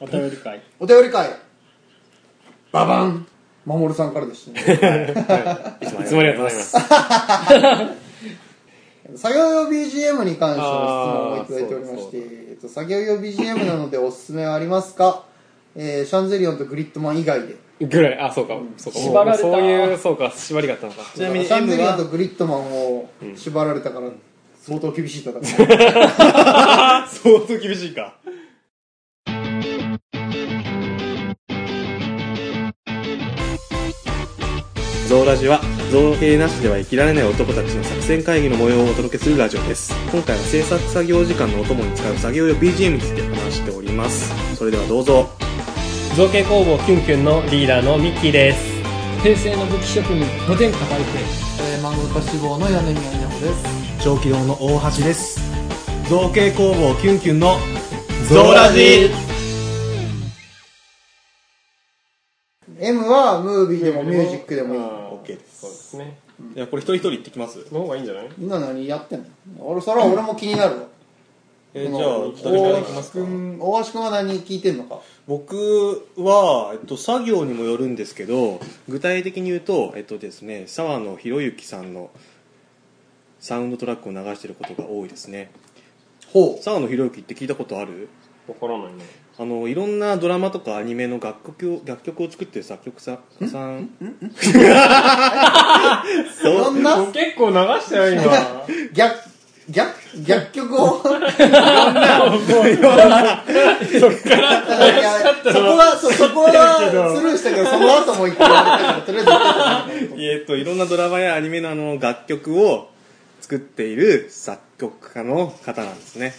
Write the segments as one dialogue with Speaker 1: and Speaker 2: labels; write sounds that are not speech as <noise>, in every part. Speaker 1: お便り会
Speaker 2: お便り会ババン守さんからでした
Speaker 3: <laughs>
Speaker 2: ね
Speaker 4: いつもありがとうございます。
Speaker 2: 作業用 BGM に関しての質問をいただいておりまし
Speaker 4: あ
Speaker 2: てえっと作業用 BGM なのでおすすめはありますか、えーシャンゼリオンとグリッドマン以外で
Speaker 4: ぐらい、あ、そうか、そうか、
Speaker 1: 縛られた
Speaker 4: そういう、そうか、縛りがあったのか。
Speaker 1: ちなみに
Speaker 2: シャン
Speaker 1: M
Speaker 2: ゼリオン
Speaker 1: は
Speaker 2: とグリッドマンを縛られたから相当厳しい戦い
Speaker 3: <laughs>
Speaker 4: 相当厳しいか。
Speaker 3: ゾウラジは造形なしでは生きられない男たちの作戦会議の模様をお届けするラジオです今回は制作作業時間のお供に使う作業用 BGM について話しておりますそれではどうぞ
Speaker 4: 造形工房キュンキュンのリーダーのミッキーです。
Speaker 1: 平成の武器職人無天下大帝
Speaker 2: 漫画家志望の柳宮稲穂です
Speaker 3: 長期堂の大橋です造形工房キュンキュンの
Speaker 4: ゾウラジ
Speaker 2: M はムービーでもミュージックでもいい
Speaker 3: OK です
Speaker 4: そうですね。
Speaker 3: いやこれ一人一人言ってきます
Speaker 4: の方がいいんじゃない
Speaker 2: 今何やってんの俺それは俺も気になるわ
Speaker 3: えー
Speaker 2: この
Speaker 3: じゃ
Speaker 2: 大
Speaker 3: あ二人からいきま
Speaker 2: 橋
Speaker 3: すか
Speaker 2: 君大橋君は何聞いてんのか
Speaker 3: 僕は、えっと、作業にもよるんですけど具体的に言うと、えっとですね、沢野博之さんのサウンドトラックを流していることが多いですね
Speaker 2: ほ
Speaker 3: 沢野博之って聞いたことある
Speaker 4: わからないね。
Speaker 3: あのいろんなドラマとかアニメの楽曲を楽曲を作ってる作曲家さん
Speaker 2: うそんな
Speaker 4: 結構流したよ、今。
Speaker 2: 逆逆逆曲をそっからいやそこはそそこはスルーしたけどその後も言って言われたからとりあえず言ってたんだけど
Speaker 3: えっといろんなドラマやアニメのあの楽曲を作っている作曲家の方なんですね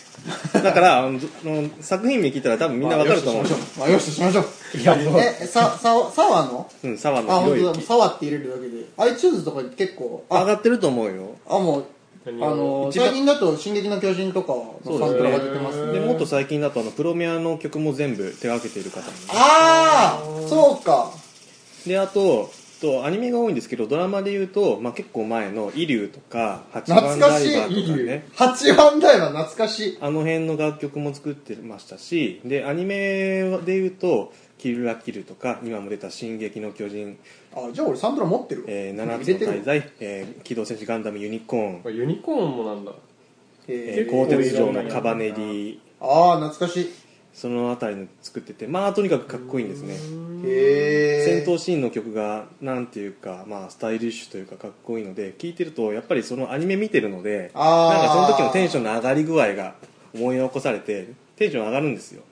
Speaker 3: だからあのあの作品名聞いたら多分みんなわかると思う、
Speaker 2: まあよししましょう
Speaker 1: いやもう
Speaker 2: えさささわの
Speaker 3: うん、沢野
Speaker 2: あ
Speaker 3: 博
Speaker 2: 本当だ
Speaker 3: 之
Speaker 2: さわって入れるだけで iTunes とかに結構
Speaker 3: 上
Speaker 2: あ
Speaker 3: がってると思うよ
Speaker 2: あもうあの
Speaker 3: 一番
Speaker 2: 最近だと「進撃の巨人」とかのサントラが出てますね
Speaker 3: でもっと最近だとあのプロミアの曲も全部手がけている方なんで
Speaker 2: ああそうか
Speaker 3: であととアニメが多いんですけどドラマでいうと、まあ、結構前の「イリュウ」とか「八番
Speaker 2: 懐か
Speaker 3: ダ
Speaker 2: し
Speaker 3: イ
Speaker 2: い
Speaker 3: バー」とかね
Speaker 2: 八番台は懐かしい
Speaker 3: あの辺の楽曲も作ってましたしでアニメでいうと「キルラキル」とか今も出た「進撃の巨人」
Speaker 2: あじゃあ俺サントラ持ってる
Speaker 3: えー
Speaker 2: 入
Speaker 3: 7つ
Speaker 2: れ
Speaker 3: の
Speaker 2: てる
Speaker 3: 滞在」えー機動戦士ガンダムユニコーン」
Speaker 4: <laughs> ユニコーンもなんだ。
Speaker 3: え
Speaker 2: え
Speaker 3: ー
Speaker 2: ー
Speaker 3: 鋼鉄城のカバネリ」
Speaker 2: ああ懐かしい
Speaker 3: その辺りの作っててまあとにかくかっこいいんですね
Speaker 2: へえ
Speaker 3: 戦闘シーンの曲がなんていうか、まあ、スタイリッシュというかかっこいいので聴いてるとやっぱりそのアニメ見てるので
Speaker 2: あー
Speaker 3: なんかその時のテンションの上がり具合が思い起こされてテンション上がるんですよ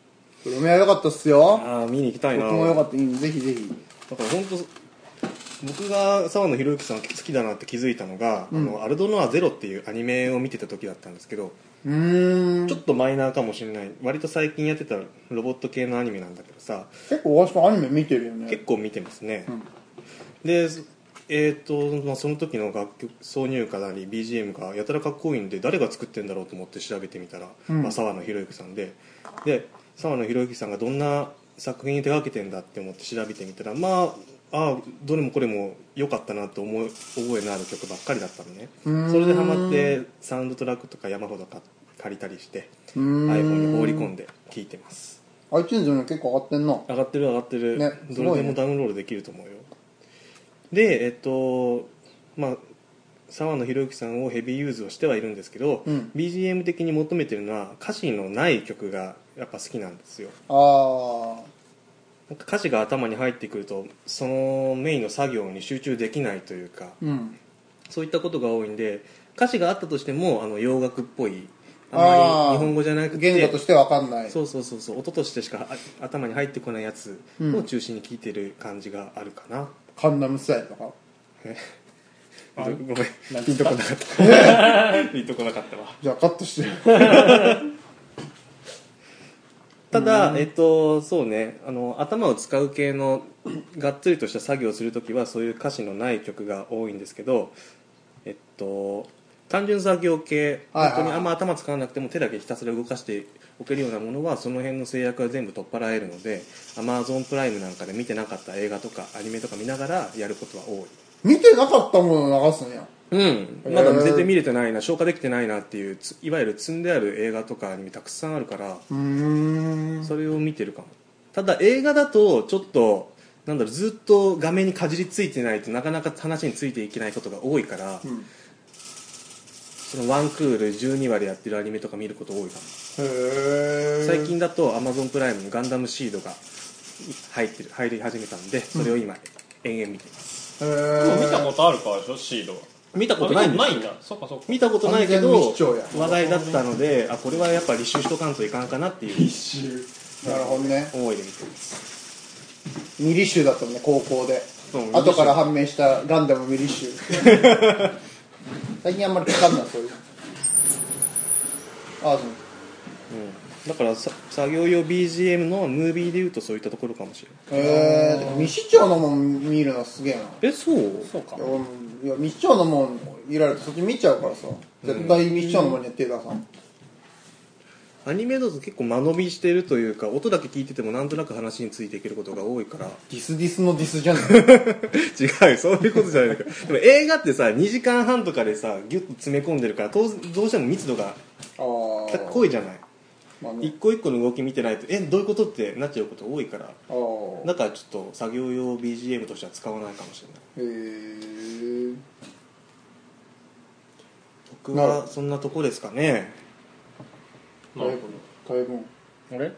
Speaker 2: プロメア良かったっすよ
Speaker 3: ああ見に行きたいな
Speaker 2: 僕も良かったうんぜひぜひ
Speaker 3: だから本当僕が沢野博之さん好きだなって気づいたのが「あのアルドノアゼロ」っていうアニメを見てた時だったんですけど、
Speaker 2: うーん
Speaker 3: ちょっとマイナーかもしれない割と最近やってたロボット系のアニメなんだけどさ
Speaker 2: 結構大橋君アニメ見てるよね
Speaker 3: 結構見てますね、でえっ、と、まあ、その時の楽曲挿入歌なり BGM がやたらかっこいいんで誰が作ってんだろうと思って調べてみたら、
Speaker 2: うん
Speaker 3: まあ、沢野博之さんでで沢野博之さんがどんな作品に手がけてんだって思って調べてみたらまあああどれもこれも良かったなと思う覚えのある曲ばっかりだったのね
Speaker 2: うーん
Speaker 3: それでハマってサウンドトラックとか山ほどか借りたりして
Speaker 2: うーん
Speaker 3: iPhone に放り込んで聴いてます
Speaker 2: iTunes にも結構上がってんな
Speaker 3: 上がってる上がってる、
Speaker 2: ねす
Speaker 3: ど
Speaker 2: ごいね
Speaker 3: れでもダウンロードできると思うよでえっとまあ沢野博之さんをヘビーユーズをしてはいるんですけど、
Speaker 2: うん
Speaker 3: BGM 的に求めてるのは歌詞のない曲がやっぱ好きなんですよ
Speaker 2: あ
Speaker 3: なんか歌詞が頭に入ってくるとそのメインの作業に集中できないというか
Speaker 2: あうん
Speaker 3: そういったことが多いんで歌詞があったとしてもあの洋楽っぽい
Speaker 2: あー
Speaker 3: あまり日本語じゃなくて
Speaker 2: 言語としてわかんない
Speaker 3: そうそうそうそう音としてしかあ頭に入ってこないやつを中心に聴いてる感じがあるかな、
Speaker 2: カンナムスタイルとか
Speaker 3: ごめんピンとこなかったピンとこなかったわ
Speaker 2: じゃあカットして
Speaker 3: ただえっとそうねあの頭を使う系のがっつりとした作業をするときはそういう歌詞のない曲が多いんですけどえっと単純作業系
Speaker 2: はいは
Speaker 3: 本
Speaker 2: い
Speaker 3: 当にあんま頭使わなくても手だけひたすら動かしておけるようなものはその辺の制約は全部取っ払えるので Amazon プライムなんかで見てなかった映画とかアニメとか見ながらやることは多い
Speaker 2: 見てなかったものを流すんや
Speaker 3: うん、まだ全然見れてないな、消化できてないなっていうついわゆる積んである映画とかアニメたくさんあるから、
Speaker 2: うーん
Speaker 3: それを見てるかもただ映画だとちょっとなんだろうずっと画面にかじりついてないとなかなか話についていけないことが多いから、
Speaker 2: うん
Speaker 3: そのワンクール12話でやってるアニメとか見ること多いかも
Speaker 2: へえ
Speaker 3: 最近だとアマゾンプライムの「ガンダムシード」が入ってる入り始めたんでそれを今延々見てます、
Speaker 2: へ
Speaker 5: でも
Speaker 2: え
Speaker 5: 見たことあるからでしょシードは
Speaker 3: 見た
Speaker 5: あ見たことないんだそうかそうか
Speaker 3: 見たことないけ
Speaker 2: 完全に
Speaker 3: ど
Speaker 2: 視聴や
Speaker 3: 話題だったのであこれはやっぱ履修しとかんといかんかなっていう
Speaker 2: なるほどね
Speaker 3: 思いで見てます
Speaker 2: ミリ集だったもんね高校で
Speaker 3: そう
Speaker 2: 後から判明したガンダムミリ集最近あんまり聞かんなそういうのああそう
Speaker 3: だからさ作業用 BGM のムービーでいうとそういったところかもしれない
Speaker 2: ええ未視聴のもん見るのすげえな
Speaker 3: えそう
Speaker 5: そうか
Speaker 2: うんいや未視聴のもんいられてそっち見ちゃうからさ絶対未視聴のもんには手出さん
Speaker 3: アニメだと結構間延びしてるというか音だけ聞いててもなんとなく話についていけることが多いから
Speaker 2: ディスディスのディスじゃない
Speaker 3: <laughs> 違うそういうことじゃないんだけど <laughs> でも映画ってさ2時間半とかでさギュッと詰め込んでるから当然どうしても密度が
Speaker 2: あー
Speaker 3: 濃いじゃない
Speaker 2: まあね
Speaker 3: 一個一個の動き見てないとえどういうことってなっちゃうこと多いから
Speaker 2: あー
Speaker 3: だからちょっと作業用 BGM としては使わないかもしれない
Speaker 2: へえ
Speaker 3: 僕
Speaker 2: なる
Speaker 3: はそんなとこですかね
Speaker 5: なる
Speaker 2: 大分
Speaker 1: あれ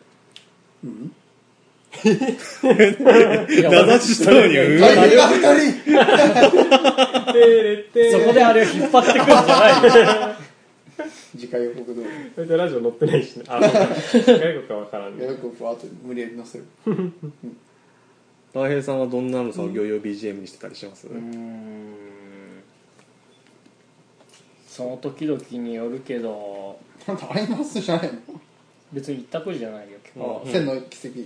Speaker 2: うん
Speaker 1: いや俺
Speaker 3: 立ちしたのに
Speaker 2: 大分が二人
Speaker 5: ほどてれて
Speaker 1: そこであれを引っ張ってくるんじゃない
Speaker 2: 次回予告どう
Speaker 5: それでラジオ載ってないしねあそうか外国は分からんね
Speaker 2: 予告は後に無理やり載せる
Speaker 3: 大平さんはどんなの作業用 BGM にしてたりします、
Speaker 1: うーんその時々によるけど
Speaker 2: なんかアイマスじゃないの
Speaker 1: 別に一択じゃないよ結構
Speaker 2: あー千の奇跡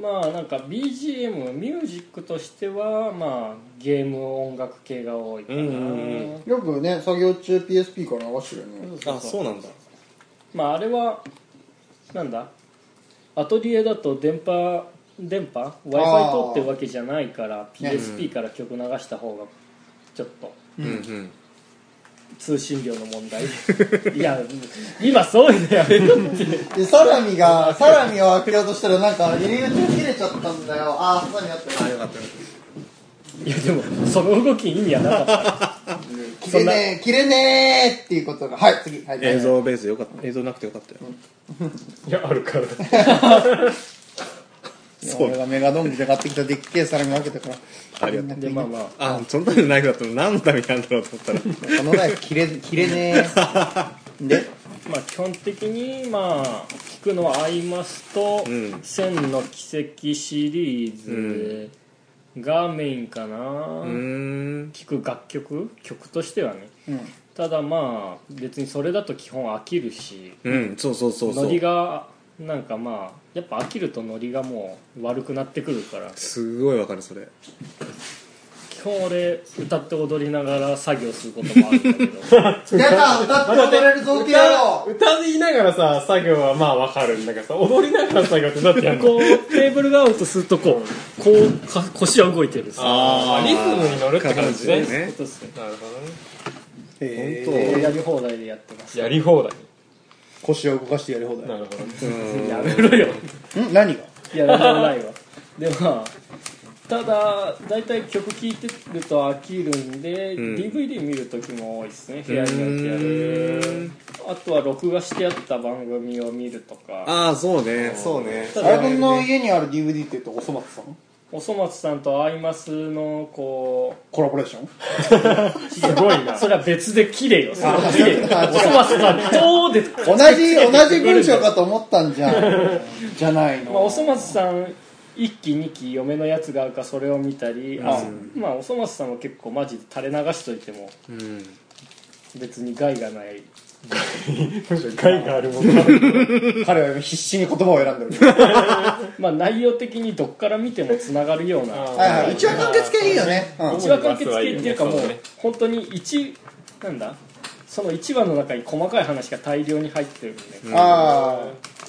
Speaker 1: まあなんか BGM ミュージックとしてはまあゲーム音楽系が多いかな、
Speaker 3: うんうんう
Speaker 2: よくね作業中 PSP から流してるよね
Speaker 3: あそうなんだ
Speaker 1: まああれはなんだアトリエだと電波電波 w i f i 通ってるわけじゃないから
Speaker 2: ね
Speaker 1: PSP から曲流した方がちょっと
Speaker 3: うんうん
Speaker 1: 通信量の問題 <laughs> いや今そういうのやめろって
Speaker 2: でサラミがサラミを開けようとしたらなんか入り口切れちゃったんだよああサラミあったよよかった
Speaker 1: いやでもその動き意味はなかっ
Speaker 3: <laughs>
Speaker 1: た
Speaker 2: 切れねえ切れねえっていうことがはい次はい
Speaker 3: 映像ベースよかった映像なくてよかったよ、
Speaker 5: いやあるから
Speaker 2: そう俺がメガドンキで買ってきたでっけえサラミ開けたから
Speaker 3: ありがと
Speaker 1: でまあまあ
Speaker 3: あそのためのナイフだったら何のためにあるんだろうと思ったら
Speaker 2: このナイフ切れ切れ <laughs> ねえで
Speaker 1: まあ基本的にまあ聞くのは「アイマス」と
Speaker 3: うん
Speaker 1: 「千の奇跡」シリーズがメインかな、
Speaker 3: うーん
Speaker 1: 聞く楽曲曲としてはね
Speaker 2: うん
Speaker 1: ただまあ別にそれだと基本飽きるし
Speaker 3: うんそうそうそうそ
Speaker 1: ノリ
Speaker 3: う
Speaker 1: がなんかまあやっぱ飽きるとノリがもう悪くなってくるから
Speaker 3: すごいわかるそれ
Speaker 1: 基本俺歌って踊りながら作業することもあるんだけ
Speaker 3: <laughs>
Speaker 1: ど
Speaker 2: 皆さん歌って踊れるぞってや
Speaker 5: 歌
Speaker 2: ろう
Speaker 5: 歌いながらさ作業はまあわかるんだけどさ踊りながら作業ってだってやんの
Speaker 1: こうテーブルが合うとするとこうこうか腰は動いてるさ
Speaker 5: ああリズムに乗るって感じね
Speaker 3: 形ね
Speaker 1: そうですね
Speaker 5: なるほどね
Speaker 2: へ
Speaker 3: 本
Speaker 1: やり放題でやってます
Speaker 5: やり放題
Speaker 2: 腰を動かしてやり放題
Speaker 5: なるほどね
Speaker 1: やめろよ
Speaker 2: ん何が
Speaker 1: いや何でもないわでまあただ大体曲聴いてると飽きるんで、
Speaker 3: ん
Speaker 1: DVD 見る時も多いですね部屋に置いてあるあとは録画してあった番組を見るとか
Speaker 3: ああそうねそうね
Speaker 1: た
Speaker 2: あ
Speaker 1: だ
Speaker 2: れ君の家にある DVD って言うとおそ松さん
Speaker 1: おそ松さんとアイマスのこ
Speaker 2: コラボレーション
Speaker 1: うすごいなそれは別で綺麗よそれは綺麗
Speaker 2: あ違う
Speaker 1: おそ松さんどうで
Speaker 2: 同 <laughs> じ同じ文章かと思ったんじゃ <laughs> んじゃないの
Speaker 1: まあ、おそ松さん一期二期嫁のやつがあるかそれを見たり、あまあおそ松さんは結構マジで垂れ流しといても
Speaker 3: うん
Speaker 1: 別に害がない
Speaker 5: むしろ害があるも <laughs> の
Speaker 2: 彼は今必死に言葉を選んで <laughs> る
Speaker 1: まあ内容的にどっから見てもつながるような
Speaker 2: はいはい一話完結系いいよね、うん
Speaker 1: 一話完結系っていうかもう
Speaker 5: そうね
Speaker 1: 本当に一なんだその一話の中に細かい話が大量に入ってるんで、
Speaker 2: ああ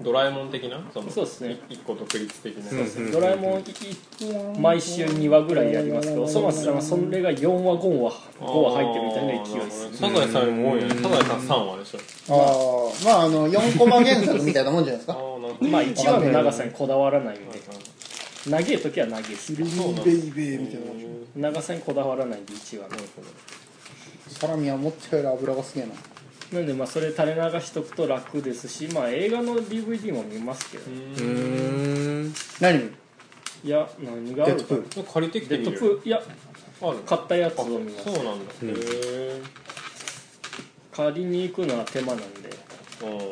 Speaker 5: ドラえもん的なその
Speaker 1: そうですね
Speaker 5: 一個独立的な
Speaker 3: うん
Speaker 1: ドラえもんいい毎週2話ぐらいやりますけどそ松さんはそれが4話5話5話入ってるみたいな勢いですね
Speaker 5: あーなるほどねサザエさんも多いよねサザエさん3話でしょ
Speaker 2: あーまああの4コマ原作みたいなもんじゃないです
Speaker 5: あ
Speaker 2: か
Speaker 5: ーなるほど
Speaker 1: まあ1話の長さにこだわらないんで長い時は長いです
Speaker 5: そうなんだ
Speaker 2: ベイベーみたいなもんじゃない
Speaker 1: 長さにこだわらないんで1話の
Speaker 2: サラミは思ったより油がすげえな
Speaker 1: なんでまあそれ垂れ流しとくと楽ですしまあ映画の DVD も見ますけどね
Speaker 3: うーん
Speaker 2: 何デ
Speaker 1: いや何があ
Speaker 2: ッ
Speaker 1: る
Speaker 2: ド
Speaker 1: か
Speaker 2: プー
Speaker 1: な
Speaker 2: ル
Speaker 5: 借りてき
Speaker 1: デ
Speaker 5: て
Speaker 1: ッ
Speaker 5: み
Speaker 1: ド
Speaker 5: る
Speaker 1: プーいや
Speaker 5: ある
Speaker 1: 買ったやつ
Speaker 5: あ
Speaker 1: を見ます
Speaker 5: そうなんだへえ
Speaker 1: 借りに行くのは手間なんで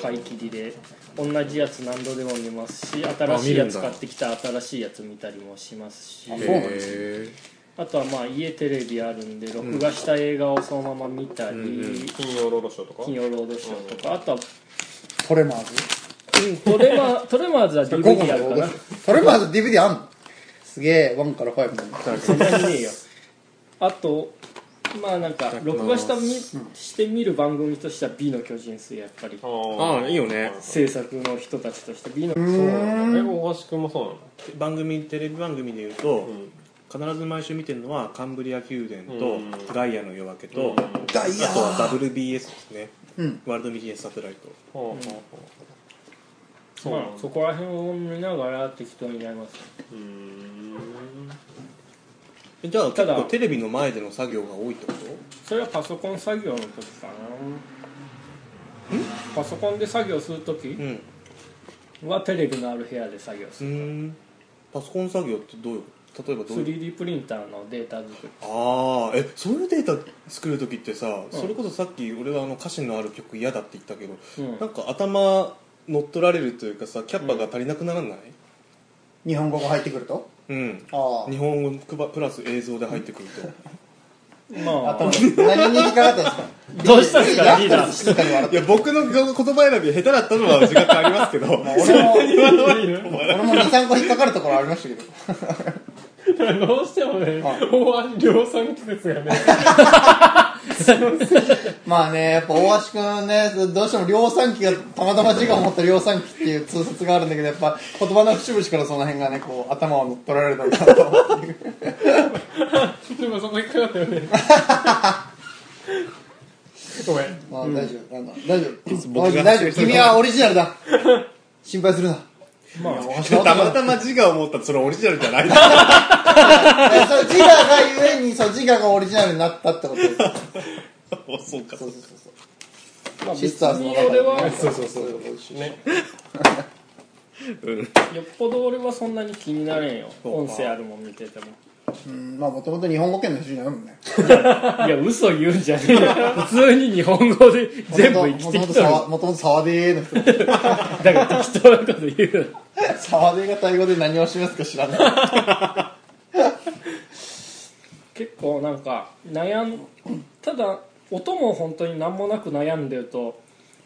Speaker 1: 買い切りで同じやつ何度でも見ますし新しいやつ買ってきた新しいやつ見たりもしますし
Speaker 2: あそうなんですね
Speaker 3: へ
Speaker 1: あとはまあ家テレビあるんで録画した映画をそのまま見たり、
Speaker 5: 金曜ロードショーとか
Speaker 1: 金曜ロードショーとかあとは、
Speaker 2: トレマーズ
Speaker 1: うん、ト
Speaker 5: <laughs>
Speaker 1: レマトレマーズは
Speaker 2: ?5 個
Speaker 1: DVD あるかな
Speaker 2: トレマーズ DVD あんのすげえ1から5まで
Speaker 1: そんなにねえよあとまあなんか録画したみして見る番組としては「美の巨人水」やっぱり
Speaker 5: あ
Speaker 3: ああいいよね
Speaker 1: 制作の人たちとして美の
Speaker 5: そうなんだえ大橋君もそうなの
Speaker 3: ー番組テレビ番組でいうと、
Speaker 5: うん
Speaker 3: 必ず毎週見てるのはカンブリア宮殿と、
Speaker 5: うん
Speaker 3: ガイアの夜明けと、
Speaker 5: うん
Speaker 3: あと
Speaker 2: ダイヤ
Speaker 3: は WBS ですね、
Speaker 2: うん
Speaker 3: ワールドビジネスサテライト
Speaker 5: ほうほうほうそうな
Speaker 1: ま
Speaker 5: ん
Speaker 1: あ
Speaker 5: だ
Speaker 1: そこら辺を見ながら適当にやります
Speaker 5: うーん
Speaker 3: えじゃあ結
Speaker 1: ただ
Speaker 3: 構テレビの前での作業が多いってこ
Speaker 1: それはパソコン作業の時かなパソコンで作業する時
Speaker 3: とうん
Speaker 1: はテレビのある部屋で作業す
Speaker 3: う
Speaker 1: る、
Speaker 3: ーんパソコン作業ってどういう例えばどういう
Speaker 1: 3D プリンターのデータ作り
Speaker 3: ああえそういうデータ作る時ってさ、それこそさっき俺はあの歌詞のある曲嫌だって言ったけど、
Speaker 1: うん
Speaker 3: なんか頭乗っ取られるというかさキャッパが足りなくならない
Speaker 2: 日本語が入ってくると
Speaker 3: うん、
Speaker 2: あ
Speaker 3: 日本語くばプラス映像で入ってくると
Speaker 2: あ
Speaker 1: まあ
Speaker 2: 頭何に引っかか <laughs> ったんですか
Speaker 1: どうしたんですかリーダー
Speaker 2: 静かに笑っ <laughs>
Speaker 3: <laughs> いや僕の言葉選び下手だったのは自覚あり <laughs> ますけど
Speaker 2: て俺も俺も23個引っかかるところありましたけ
Speaker 5: <laughs>
Speaker 2: ど
Speaker 5: どうしてもね、大橋量産季節がね、
Speaker 2: まあね、やっぱ大橋くんね、どうしても量産機が、たまたま字が持った量産機っていう通説があるんだけど、やっぱ言葉の節々からその辺がね、こう、頭を乗っ取られたんだなと思って。
Speaker 5: でもそこ引っかかったよ <laughs> ね。ごめん。
Speaker 2: まあ大丈夫、あの大丈夫。
Speaker 3: 僕が
Speaker 2: 大丈夫、君はオリジナルだ。心配するな。
Speaker 1: まあ
Speaker 2: 大橋
Speaker 3: たまたま自我を持ったらそれオリジナルじゃないあ
Speaker 2: そう自我がゆえに、そう、自我がオリジナルになったってことです。そう
Speaker 3: そうか
Speaker 2: そ
Speaker 3: そうう
Speaker 2: そうそう。
Speaker 1: まあ別
Speaker 2: シスターズの
Speaker 1: に
Speaker 2: 中で
Speaker 1: 俺は
Speaker 5: そうそうそう。ね。
Speaker 3: うん
Speaker 1: よっぽど俺はそんなに気になれんよ
Speaker 3: そう
Speaker 1: 音
Speaker 3: か
Speaker 1: 声あるもん見てても
Speaker 2: うん、まあもともと日本語圏の人じゃないもんね。
Speaker 1: いや嘘言うんじゃねえよ普通に日本語で全部生きてきた
Speaker 2: もともと沢出の人。
Speaker 1: だから適当なこと言う
Speaker 2: 沢出がタイ語で何を示すか知らない。
Speaker 1: 結構なんか悩んただ音も本当に何もなく悩んでると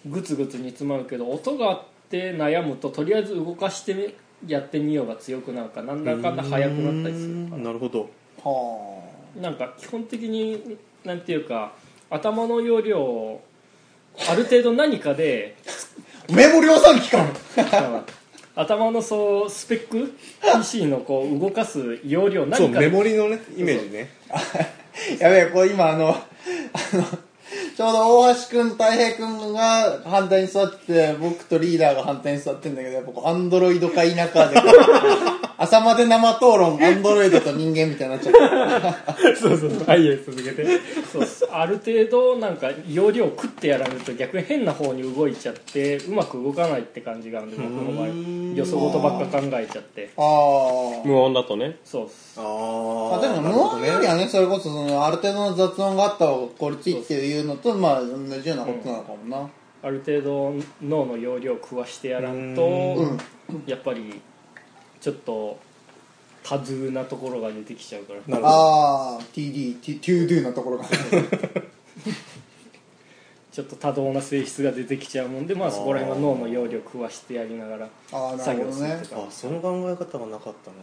Speaker 1: グツグツ煮詰まるけど音があって悩むととりあえず動かしてみやってみようが強くなるからなんだかんだ速くなったりするか
Speaker 3: なるほど
Speaker 2: はあ。
Speaker 1: らなんか基本的になんていうか頭の容量をある程度何かで <laughs>
Speaker 2: メモ量産機か
Speaker 1: 頭のそうスペック PC のこう動かす容量
Speaker 3: そう
Speaker 1: 何か
Speaker 3: メモリのねイメージね
Speaker 2: やべえ、これ今あの、あの、ちょうど大橋くん、太平くんが反対に座ってて、僕とリーダーが反対に座ってんだけど、やっぱこう、アンドロイドか否か <laughs> で、朝まで生討論、アンドロイドと人間みたいになっ <laughs> ちゃった。
Speaker 5: そうそうそう。はい、いいです続けて。
Speaker 1: そうっすある程度なんか容量を食ってやられると逆に変な方に動いちゃってうまく動かないって感じがあるんで僕の場合よそ事ばっか考えちゃって
Speaker 2: あ
Speaker 5: 無音だとね。
Speaker 1: そうっす
Speaker 3: あ
Speaker 2: あ。ま
Speaker 3: ー
Speaker 2: あでも、
Speaker 3: なる
Speaker 2: 無
Speaker 3: ほど
Speaker 2: 音
Speaker 3: ね
Speaker 2: よりはね、それこそ、その、ある程度の雑音があった方が効率いいっていうのと、まあ、同じようなことなのかも <laughs> な。
Speaker 1: ある程度脳の容量を食わしてやらんと
Speaker 2: うん。
Speaker 1: やっぱりちょっと多重なところが出てきちゃうから
Speaker 3: なるほど
Speaker 2: ああ、TD、T- to do なところが。
Speaker 1: ちょっと多動な性質が出てきちゃうもんでまあそこら辺は脳の容量を食わしてやりながら
Speaker 2: ああ、な
Speaker 1: 作
Speaker 2: るほ
Speaker 1: 業
Speaker 2: ど
Speaker 1: する
Speaker 2: ね
Speaker 1: と。か
Speaker 3: あその考え方がなかったな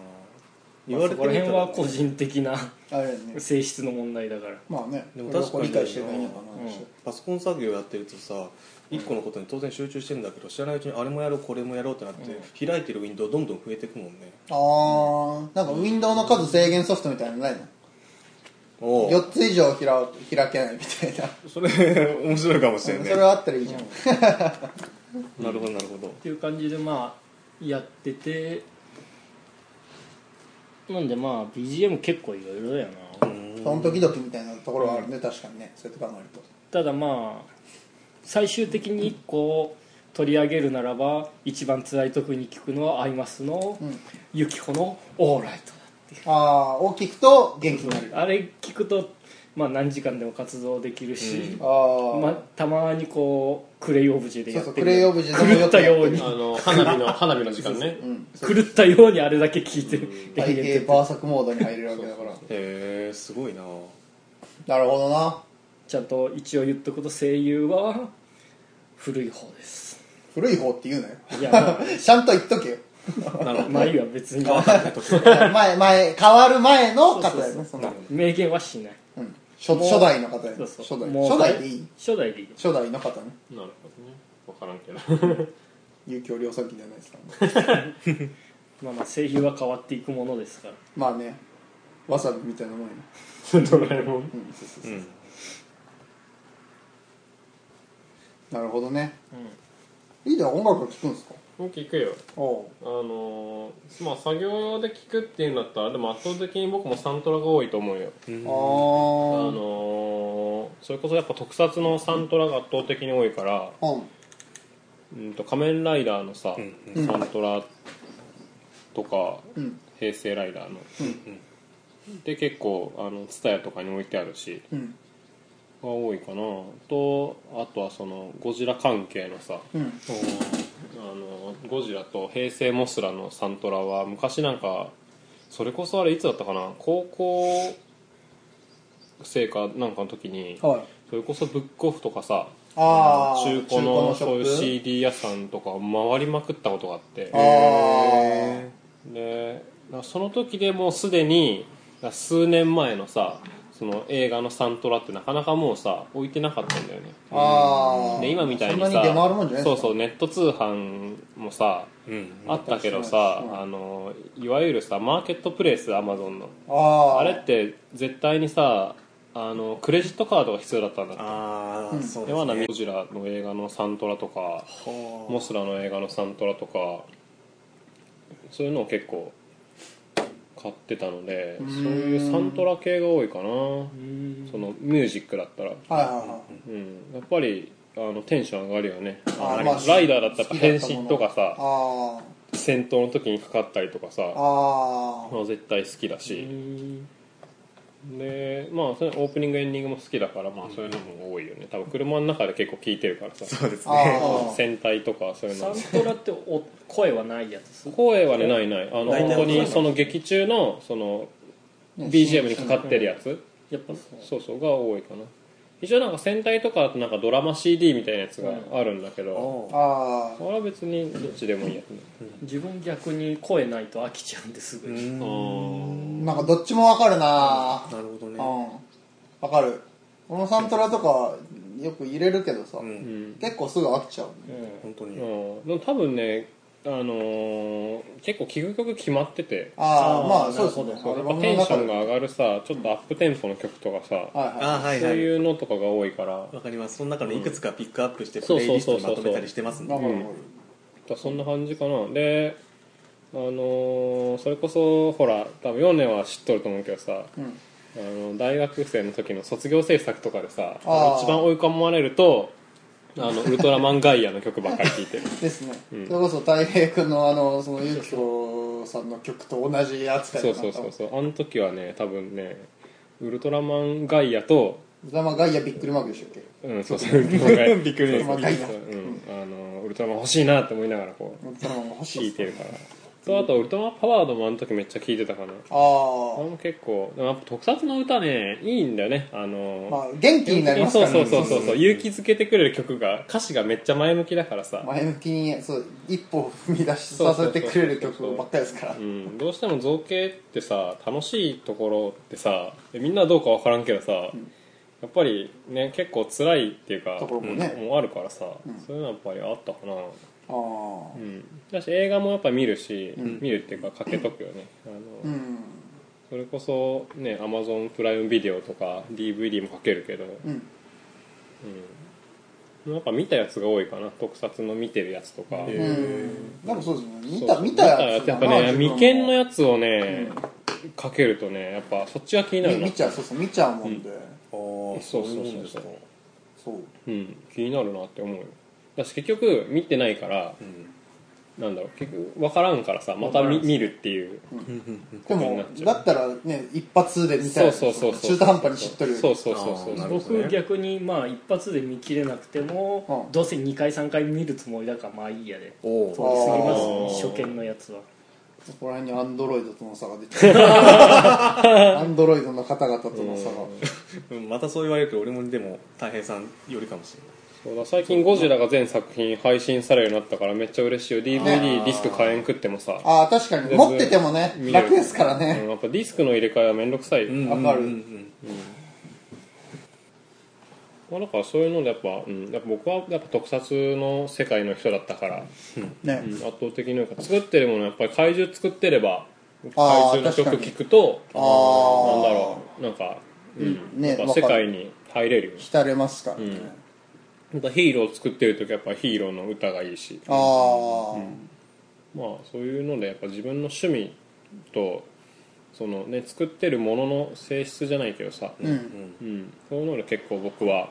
Speaker 3: 言われ
Speaker 1: そ
Speaker 3: て
Speaker 1: こら
Speaker 3: みた
Speaker 1: 辺
Speaker 3: ら
Speaker 1: は個人的な
Speaker 2: あれやね
Speaker 1: 性質の問題だから
Speaker 2: まあね
Speaker 3: でも確かに
Speaker 2: 理解してないのかな、
Speaker 1: うん
Speaker 3: パソコン作業やってるとさ一個のことに当然集中してんだけど知らないうちにあれもやろうこれもやろうってなって、開いてるウィンドウどんどん増えてくもんね
Speaker 2: あーなんかウィンドウの数制限ソフトみたいなのないの
Speaker 3: お
Speaker 2: 4つ以上開開けないみたいな
Speaker 3: それ面白いかもし
Speaker 2: そ
Speaker 3: れんね
Speaker 2: れはあったらいいじゃん、
Speaker 3: なるほどなるほど
Speaker 1: っていう感じでまあやっててなんでまあ BGM 結構いろいろだよな、
Speaker 2: その時々みたいなところはあるね、確かにねそうやって考える
Speaker 1: ただまあ最終的に1個を取り上げるならば一番辛い時に聞くのはアイマス
Speaker 2: と、
Speaker 1: の
Speaker 2: うん、
Speaker 1: ユキホの「オーライト
Speaker 2: ああー大きくと元気になる
Speaker 1: だ」あれ聞くとまあ何時間でも活動できるし、
Speaker 2: ああ、
Speaker 1: まあ、たまにこうクレイオブジェでやって
Speaker 2: そうそうクレイオブジェでも
Speaker 1: 狂
Speaker 2: よ
Speaker 1: っ
Speaker 2: く
Speaker 1: た
Speaker 2: やってる
Speaker 1: ように
Speaker 5: あ <laughs> の花火の花火の時間ね
Speaker 2: うん
Speaker 1: 狂ったようにあれだけ聞いてる
Speaker 2: 体型バーサクモードに入れるわけだから
Speaker 3: へえすごいな
Speaker 2: なるほどな
Speaker 1: ちゃんと一応言っとくと声優は古い方です
Speaker 2: 古い方って言うなよ <laughs>
Speaker 1: いやま
Speaker 2: ちゃんと言っとけよ
Speaker 3: なる
Speaker 1: あ
Speaker 3: ほ
Speaker 1: まあいいわ別
Speaker 2: <laughs>
Speaker 1: に名
Speaker 2: 前前変わる前の方やねその
Speaker 1: 言はしない
Speaker 2: うん初初代の方やね
Speaker 1: そう
Speaker 2: 初
Speaker 1: そう
Speaker 2: 代
Speaker 1: もう
Speaker 2: 初代でいい
Speaker 1: 初代でいいよ
Speaker 2: 初代の方ね
Speaker 5: なるほどね分からんけど <laughs>
Speaker 2: 有給量産機じゃないですからね
Speaker 1: まあまあ声優は変わっていくものですから
Speaker 2: まあねわさびみたいなもんやね
Speaker 5: ドラえもん
Speaker 2: うんそうそうそ
Speaker 3: ど、
Speaker 2: う
Speaker 3: うん、
Speaker 2: なるほどね
Speaker 1: うん
Speaker 2: リーダー音楽聴くんですか
Speaker 5: もう聞くよ
Speaker 2: おう
Speaker 5: あのーまあ作業用で聞くっていうんだったらでも圧倒的に僕もサントラが多いと思うよ
Speaker 2: あ
Speaker 5: あ
Speaker 2: ー
Speaker 5: のーそれこそやっぱ特撮のサントラが圧倒的に多いから
Speaker 2: うん
Speaker 5: 「うん、と仮面ライダー」のさ、
Speaker 2: うん
Speaker 5: サントラとか
Speaker 2: うん
Speaker 5: 「平成ライダーの」
Speaker 2: うん
Speaker 5: で結構あの TSUTAYA とかに置いてあるし
Speaker 2: うん
Speaker 5: が多いかなとあとはそのゴジラ関係のさ
Speaker 2: うん
Speaker 5: あのゴジラと平成モスラのサントラは昔なんかそれこそあれいつだったかな高校生かなんかの時に
Speaker 2: はい
Speaker 5: それこそブックオフとかさ
Speaker 2: ああ
Speaker 5: 中古のそういう
Speaker 2: ショップ
Speaker 5: CD 屋さんとかを回りまくったことがあって
Speaker 2: あー
Speaker 5: でその時でもうすでに数年前のさその映画のサントラってなかなかもうさ置いてなかったんだよね
Speaker 2: ああ
Speaker 5: で今みたいにさ
Speaker 2: そんなに出回るもんじゃない
Speaker 5: そ
Speaker 2: で
Speaker 5: う
Speaker 2: すか
Speaker 5: そうネット通販もさ
Speaker 3: うん
Speaker 5: あったけど
Speaker 2: う
Speaker 5: さ
Speaker 2: ん
Speaker 5: あのいわゆるさマーケットプレイスアマゾンの
Speaker 2: あー
Speaker 5: あれって絶対にさあのクレジットカードが必要だったんだって
Speaker 3: ああ、
Speaker 2: うん
Speaker 3: そう
Speaker 5: で
Speaker 3: です
Speaker 5: まだ
Speaker 3: ね
Speaker 5: ゴジラの映画のサントラとかモスラの映画のサントラとかそういうのを結構買ってたのでそううんいうサントラ系が多いかな
Speaker 1: うん
Speaker 5: そのミュージックだったら、
Speaker 2: はいはいは
Speaker 5: う
Speaker 2: い
Speaker 5: ん、やっぱりあのテンション上がるよね
Speaker 2: あ
Speaker 5: あ
Speaker 2: まあ
Speaker 5: ライダーだったら変身とか
Speaker 2: あ
Speaker 5: さ
Speaker 2: ー
Speaker 5: 戦闘の時にかかったりとかさ
Speaker 2: あー
Speaker 5: まあ絶対好きだ
Speaker 1: う
Speaker 5: し
Speaker 1: ん
Speaker 5: でまあそれオープニングエンディングも好きだからまあそういうのも多いよね多分車の中で結構聴いてるからさ
Speaker 3: そうです
Speaker 2: あ
Speaker 5: <laughs>
Speaker 3: ね
Speaker 2: ー
Speaker 5: 戦隊とかそういう
Speaker 1: サ
Speaker 5: の
Speaker 1: ントラってお声はないやつ
Speaker 5: 声はねないないあの
Speaker 3: 大体
Speaker 5: 本当
Speaker 3: わかんな
Speaker 5: に
Speaker 3: い
Speaker 5: その劇中のその
Speaker 2: ね
Speaker 5: BGM にかかってるやつ
Speaker 1: やっぱそう
Speaker 5: そうそうが多いかな一応なんか戦隊とかだとなんかドラマ CD みたいなやつがあるんだけど、
Speaker 3: おー
Speaker 2: あ
Speaker 5: あれは別にどっちでもいいやつね
Speaker 1: 自分逆に声ないと飽きちゃうんですぐ
Speaker 3: う
Speaker 1: に
Speaker 3: ん
Speaker 5: あー
Speaker 2: あなんかどっちもわかるな
Speaker 3: なるほど
Speaker 2: う
Speaker 3: ね
Speaker 2: んわかるこのサントラとかよく入れるけどさ、
Speaker 3: う
Speaker 5: うんん
Speaker 2: 結構すぐ飽きちゃう
Speaker 1: う
Speaker 2: ね
Speaker 1: ん
Speaker 3: 本当
Speaker 5: う
Speaker 3: に
Speaker 5: んでも多分ねあのー結構聴く曲決まってて
Speaker 2: ああ
Speaker 1: あー
Speaker 2: まあそうですね
Speaker 1: なる
Speaker 2: ア
Speaker 5: やっ
Speaker 2: ルバ
Speaker 5: ぱテン
Speaker 2: ムの
Speaker 5: シ
Speaker 2: 中
Speaker 5: ョン
Speaker 2: で
Speaker 5: が上がるさちょっとアップテンポの曲とかさ、
Speaker 2: はいはい
Speaker 3: あーはい
Speaker 5: そう
Speaker 3: はい
Speaker 5: いうのとかが多いから、
Speaker 3: わかりますその中のいくつかピックアップして
Speaker 5: うん
Speaker 3: プレイリストにまとめたりしてます
Speaker 2: わ
Speaker 3: ね
Speaker 2: かるわかる
Speaker 5: だそんな感じかなであのーそれこそほら多分ヨネは知っとると思うけどさ
Speaker 2: うん
Speaker 5: あの大学生の時の卒業制作とかでさ
Speaker 2: あー
Speaker 5: 一番追い込まれるとあのウルトラマンガイアの曲ばっかり聴い
Speaker 2: <laughs>
Speaker 5: てる
Speaker 2: ですね、
Speaker 5: うん
Speaker 2: それこそたい平君のあのそのゆきこさんの曲と同じ扱い
Speaker 5: そう
Speaker 2: だ
Speaker 5: そう
Speaker 2: った
Speaker 5: そうそうあの時はね多分ねウルトラマンガイアと
Speaker 2: ざまガイアびっくりマークでしたっけ
Speaker 5: うんそう
Speaker 2: <laughs>
Speaker 5: そうウルトラマンガイアびっくり
Speaker 2: です
Speaker 5: うん、あのウルトラマン欲しいなって思いながらこう
Speaker 2: ウルトラマンが欲し
Speaker 5: 聴
Speaker 2: い
Speaker 5: いてるからとあと「ウルトラパワード」もあの時めっちゃ聴いてたかなあれ
Speaker 2: あ
Speaker 5: も結構でもやっぱ特撮の歌ねいいんだよねあの
Speaker 2: あまあ元気になります
Speaker 5: そ
Speaker 2: か
Speaker 5: う
Speaker 2: らね
Speaker 5: そうそうそうそう勇気づけてくれる曲が歌詞がめっちゃ前向きだからさ、
Speaker 2: 前向きにそう一歩を踏み出しさせてくれる曲ばっかりですから
Speaker 5: うん、どうしても造形ってさ楽しいところってさみんなはどうか分からんけどさ、やっぱりね結構辛いっていうか
Speaker 2: ところもね
Speaker 5: うんもうあるからさ、そういうのはやっぱりあったかな、
Speaker 2: ああ
Speaker 5: うん、だし映画もやっぱ見るし、
Speaker 2: ん
Speaker 5: 見るっていうかかけとくよねあの、
Speaker 2: うん
Speaker 5: それこそねアマゾンプライムビデオとか DVD もかけるけど、
Speaker 2: うん
Speaker 5: なんか見たやつが多いかな特撮の見てるやつとか、
Speaker 2: うんなんかそうですね見
Speaker 5: そ
Speaker 2: た
Speaker 5: う
Speaker 2: 見たやつ
Speaker 5: や
Speaker 2: だ
Speaker 5: っ
Speaker 2: な
Speaker 5: ぱね
Speaker 2: 自分も
Speaker 5: 未見のやつをね、かけるとねやっぱそっちが気になる
Speaker 2: み
Speaker 5: な
Speaker 2: 見ちゃうそうそう見ちゃうもんで
Speaker 3: そ
Speaker 5: そ
Speaker 3: う
Speaker 5: うそうそう
Speaker 3: なんですか
Speaker 2: そ
Speaker 5: う
Speaker 2: う
Speaker 5: ん、気になるなって思うよだし結局見てないから、なんだろう結局分からんからさまた見見るっていう
Speaker 2: で
Speaker 5: ことにな
Speaker 2: も
Speaker 5: っちゃう
Speaker 2: だったらね一発で見た
Speaker 5: そ
Speaker 2: いう
Speaker 5: そうそうそう
Speaker 2: 中途半端にしっとり
Speaker 5: そうそうそうそう
Speaker 3: あーなるほど
Speaker 1: 僕逆にまあ一発で見切れなくても、
Speaker 2: うん
Speaker 1: どうせ2回3回見るつもりだからまあいいやで
Speaker 3: お
Speaker 1: 通
Speaker 3: お
Speaker 1: り過ぎます
Speaker 5: おー
Speaker 1: ね初見のやつは
Speaker 2: そこら辺にアンドロイドとの差が出
Speaker 5: <laughs>
Speaker 2: てるアンドロイドの方々との差が
Speaker 3: うんまたそう言われると俺もでも大平さんよりかもし
Speaker 5: そうだ最近ゴジラが全作品配信されるようになったからめっちゃ嬉しいよ DVD ディスク買えんくってもさ
Speaker 2: ああ確かに
Speaker 5: 全部
Speaker 2: 持っててもね
Speaker 5: 見れる
Speaker 2: 楽ですから
Speaker 5: う
Speaker 2: ね
Speaker 5: んやっぱディスクの入れ替えはめんどくさい、
Speaker 3: れない
Speaker 2: わかる
Speaker 3: うんうん
Speaker 5: まあ、だからそういうのでやっぱ,、うん、やっぱ僕はやっぱ特撮の世界の人だったから、
Speaker 2: ね
Speaker 5: うん圧倒的になんか作ってるものやっぱり怪獣作ってれば
Speaker 2: あ
Speaker 5: 怪獣
Speaker 2: ー
Speaker 5: の曲
Speaker 2: 確かに
Speaker 5: 聞くと
Speaker 2: あ
Speaker 5: なんだ
Speaker 2: あ
Speaker 5: ろうなんか、うん
Speaker 2: ね
Speaker 5: やっ
Speaker 2: わ
Speaker 5: ぱ
Speaker 2: か
Speaker 5: 世
Speaker 2: る
Speaker 5: 界に入れるよね
Speaker 2: 浸れますからね、
Speaker 5: んなんかヒーロー作ってる時はやっぱヒーローの歌がいいし
Speaker 2: ああ、
Speaker 5: まあそういうのでやっぱ自分の趣味とそのね作ってるものの性質じゃないけどさ、
Speaker 2: うん
Speaker 5: うん、そういうので結構僕は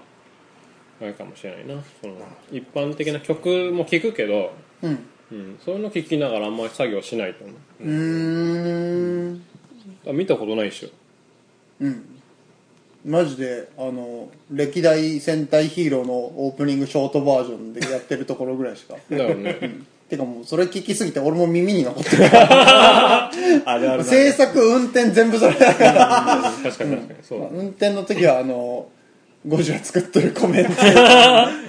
Speaker 5: あれかもしれないなその一般的な曲も聴くけど、
Speaker 2: うん
Speaker 5: うん、そういうの聴きながらあんまり作業しないと思う
Speaker 2: うーん
Speaker 5: あ見たことないでしょ
Speaker 2: うんマジであの歴代戦隊ヒーローのオープニングショートバージョンでやってるところぐらいしか <laughs>
Speaker 5: だよね
Speaker 2: てかもうそれ聞きすぎて俺も耳に残ってる
Speaker 3: うんあるあるだね
Speaker 2: 制作運転全部それだから
Speaker 5: 確かに確かにそうだ
Speaker 2: 運転の時はあのゴジラ作ってるコメント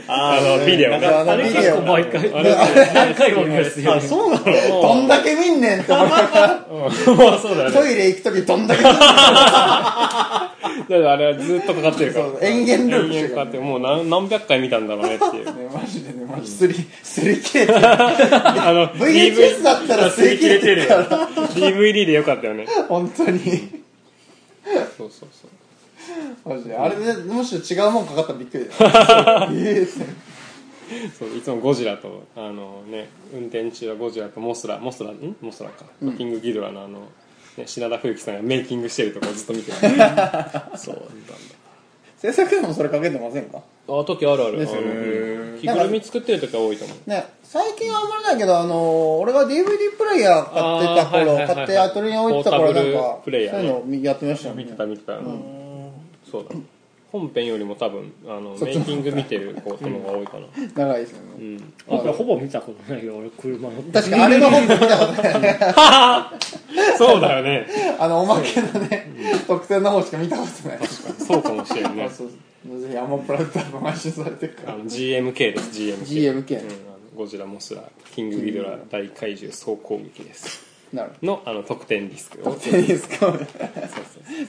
Speaker 5: あのビデオ
Speaker 2: なんか
Speaker 5: が
Speaker 2: あの
Speaker 1: あれ
Speaker 2: ビ
Speaker 1: 結
Speaker 2: デ
Speaker 1: 構
Speaker 2: オ
Speaker 1: 毎回
Speaker 5: あれ
Speaker 1: 何回も見ますよ
Speaker 3: あそうなの
Speaker 2: どんだけ見んねんって思いながら
Speaker 5: まあ <laughs> そうだよね
Speaker 2: トイレ行く時どんだけ見んねん
Speaker 5: だからあれはずっとかかってるから
Speaker 2: そう延々ループして
Speaker 5: 延々
Speaker 2: る
Speaker 5: から
Speaker 2: か
Speaker 5: かっ
Speaker 2: ね
Speaker 5: てもう何何百回見たんだろうねっ
Speaker 2: <laughs>
Speaker 5: ていう
Speaker 2: ねマジでねマジすりすり切れてる
Speaker 5: あの
Speaker 2: VHS だったら擦り切れ
Speaker 5: <laughs>
Speaker 2: てるか
Speaker 5: DVD でよかったよね
Speaker 2: 本当に
Speaker 5: そうそうそう
Speaker 2: マジであれでむしろ違うもんかかったらびっく
Speaker 5: <laughs>
Speaker 2: りだよえー
Speaker 5: そういつもゴジラとあのね運転中はゴジラとモスラモスラんモスラか、キングギドラのあの、ね、品田冬樹さんがメイキングしてるとこずっと見てる <laughs> そうなんだ
Speaker 2: 制作でもそれかけてませんか
Speaker 5: あ時あるある、
Speaker 2: ですよね
Speaker 5: あの着ぐるみ作ってる時は多いと思う
Speaker 2: ね最近はあんまりないけどあのー俺が DVD プレイヤー買ってた
Speaker 5: あーはいはいはい
Speaker 2: 頃
Speaker 5: はい
Speaker 2: 買ってアトリエに置いてた頃なん
Speaker 5: ポータブ
Speaker 2: か
Speaker 5: ル
Speaker 2: そ
Speaker 5: プ
Speaker 2: う
Speaker 5: レイ
Speaker 2: い
Speaker 5: ヤーね
Speaker 2: うのやってましたよ
Speaker 5: 見て
Speaker 2: ね
Speaker 5: た見てた、そうだ本編よりも多分あの
Speaker 2: っ
Speaker 5: メ
Speaker 2: ち
Speaker 5: イキング見てる子との方が多いかな、
Speaker 2: 長いですよね
Speaker 1: あとほぼ見たことないよ俺車の
Speaker 2: 確かあれの本も見たこ
Speaker 5: <laughs>
Speaker 2: とない
Speaker 5: <laughs> そうだよね
Speaker 2: あのおまけのね特典の方しか見たことない
Speaker 5: そうかもしれんね
Speaker 2: そうそうぜひアマプラで多分配信されてる
Speaker 5: あ
Speaker 2: から
Speaker 5: の GMK です GMK、
Speaker 2: GMK
Speaker 5: うん、あのゴジラモスラキングギドラ大怪獣総攻撃です
Speaker 2: なるほど
Speaker 5: のあの特典ディスクを
Speaker 2: テニスコー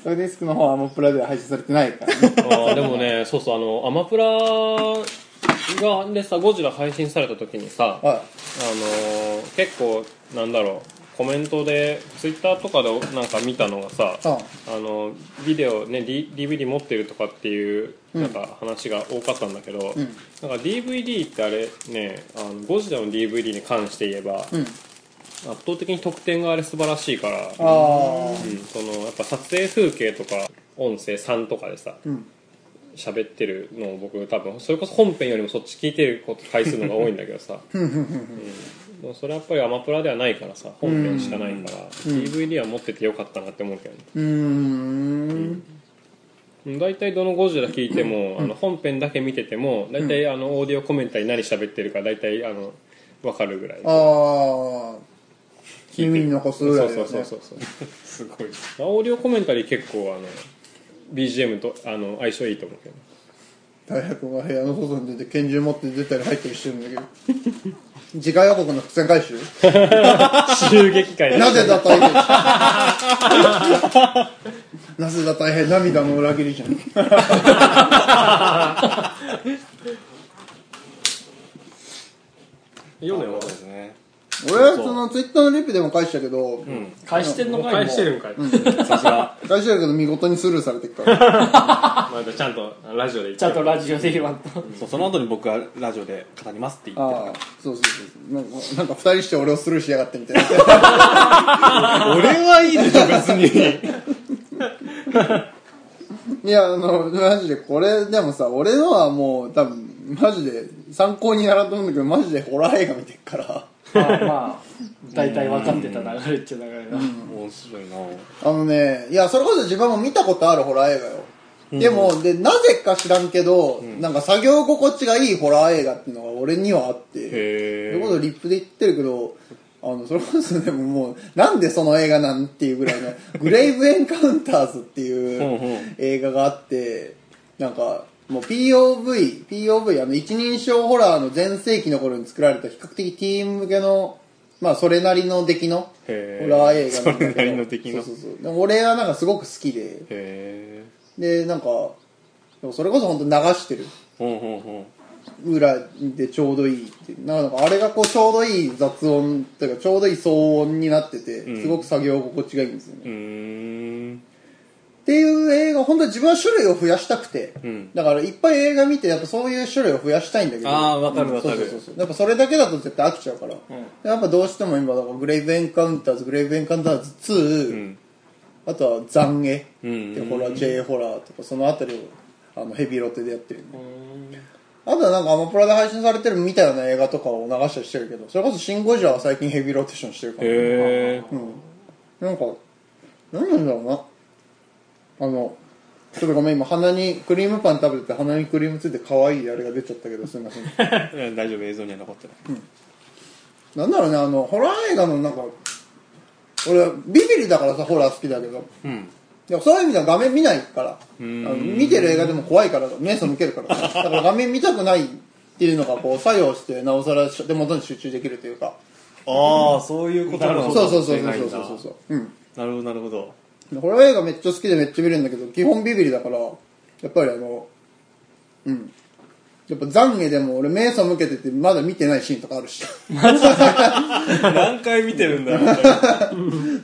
Speaker 2: それディスクの方はアマプラでは配信されてないから
Speaker 5: <laughs>
Speaker 2: ね
Speaker 5: あーでもねそうそうあのアマプラがでさゴジラ配信された時にさあの
Speaker 2: は
Speaker 5: ー結構なんだろうコメントでツイッターとかでなんか見たのがさ
Speaker 2: いうん
Speaker 5: あのビデオね、D、DVD 持ってるとかっていうなんか話が多かったんだけど、
Speaker 2: ん
Speaker 5: なんか DVD ってあれねあのゴジラの DVD に関して言えば、
Speaker 2: うん
Speaker 5: 圧倒的に得点があれ素晴らしいから
Speaker 2: ああ
Speaker 5: うん、そのやっぱ撮影風景とか音声3とかでさ
Speaker 2: ん
Speaker 5: 喋、ってるのを僕多分それこそ本編よりもそっち聞いてること回数のが多いんだけどさ、 <laughs> うん、でもそれはやっぱりアマプラではないからさ本編しかないから、DVD は持っててよかったなって思うけどね
Speaker 2: うーん
Speaker 5: うん大体どのゴジラ聞いても、あの本編だけ見てても大体あのオーディオコメンタリー何喋ってるか大体あの分かるぐらい
Speaker 2: ああ耳に残す
Speaker 5: そう
Speaker 2: ぐらいだよ
Speaker 5: そう
Speaker 2: ね
Speaker 5: そうそうそうすごいオーディオコメンタリー結構あの BGM とあの相性いいと思うけど
Speaker 2: 大学が部屋の外に出て拳銃持って出たり入ったりしてるんだけど次回予告の伏線回収
Speaker 5: 襲撃会
Speaker 2: なぜだ大変なぜだ大変涙の裏切りじゃん
Speaker 5: 読むよ
Speaker 3: そうですね
Speaker 2: 俺そのツイッターのリプでも返したけど、
Speaker 1: 返してんのかいもう
Speaker 5: 返してるんかい、
Speaker 3: さすが
Speaker 2: 返したけど見事にスルーされてるから
Speaker 5: まあ、ちゃんとラジオで言っ
Speaker 1: ちゃんとラジオで言わんと
Speaker 3: そうその後に僕はラジオで語りますって言って
Speaker 2: ああそうそうそうなんかなんか2人して俺をスルーしやがってみたいな
Speaker 3: <laughs> 俺はいいでしょ別に
Speaker 2: <laughs> いやあのマジでこれでもさ俺のはもう多分マジで参考にならんと思うんだけどマジでホラー映画見てるから
Speaker 1: まあまあ大体分かってた流れっちゃ流れだ
Speaker 3: 面白いな
Speaker 2: あのねいやそれこそ自分も見たことあるホラー映画よでも、で、なぜか知らんけど、なんか作業心地がいいホラー映画っていうのが俺にはあって、それこそリップで言ってるけど、あの、それこそでももう、なんでその映画なんっていうぐらいの、 <laughs> グレイブエンカウンターズっていう映画があって、なんか、もう POV、POV、あの、一人称ホラーの全盛期の頃に作られた比較的ティーン向けの、まあ、それなりの出来の、ホラ
Speaker 3: へー
Speaker 2: ー映画なんだけど。
Speaker 3: それなりの出来の
Speaker 2: そうそうそう。でも俺はなんかすごく好きで、
Speaker 3: へえ
Speaker 2: で、なんか、でもそれこそ本当流してる。
Speaker 3: ほんほんほん
Speaker 2: 裏でちょうどいいっていうなんかあれがこうちょうどいい雑音というかちょうどいい騒音になってて、すごく作業心地がいいんですよね、
Speaker 3: うーん
Speaker 2: っていう映画本当に自分は種類を増やしたくて、
Speaker 3: ん
Speaker 2: だからいっぱい映画見てやっぱそういう種類を増やしたいんだけど
Speaker 3: あーわかる
Speaker 2: うん
Speaker 3: わかる
Speaker 2: そうそうそうそうやっぱそれだけだと絶対飽きちゃうから、やっぱどうしても今だからグレイブエンカウンターズグレイブエンカウンターズ2、
Speaker 3: ん
Speaker 2: あとは「懺悔」って
Speaker 3: ん
Speaker 2: いうホラー J ホラーとかその辺りをあのヘビロテでやってるねあとはなんかアマプラで配信されてるみたいな映画とかを流したりしてるけどそれこそ「シン・ゴジラ」は最近ヘビロテーションしてるから、
Speaker 3: へえ
Speaker 2: なんか、何なんだろうな。あの、ちょっとごめん、今鼻にクリームパン食べてて鼻にクリームついて可愛いあれが出ちゃったけど、すいません。
Speaker 3: 大丈夫映像には残ってない
Speaker 2: なんだろうね、あの、ホラー映画のなんか、俺、ビビリだからさ、ホラー好きだけど。
Speaker 3: うん
Speaker 2: でもそういう意味では画面見ないから。あの見てる映画でも怖いから、目背けるから。だから画面見たくないっていうのがこう作用して、なおさら手元に集中できるというか。
Speaker 3: ああそういうことなの
Speaker 2: そ
Speaker 3: か
Speaker 2: うそ
Speaker 3: も
Speaker 2: うそう
Speaker 3: し
Speaker 2: そう
Speaker 3: れない
Speaker 2: そ
Speaker 3: ん
Speaker 2: う
Speaker 3: だ
Speaker 2: そうそう。うん。
Speaker 3: なるほどなるほど
Speaker 2: ホラー映画めっちゃ好きでめっちゃ見るんだけど基本ビビリだからやっぱりあのうんやっぱ懺悔でも俺目背けててまだ見てないシーンとかあるし <laughs>
Speaker 3: 何回見てるんだろう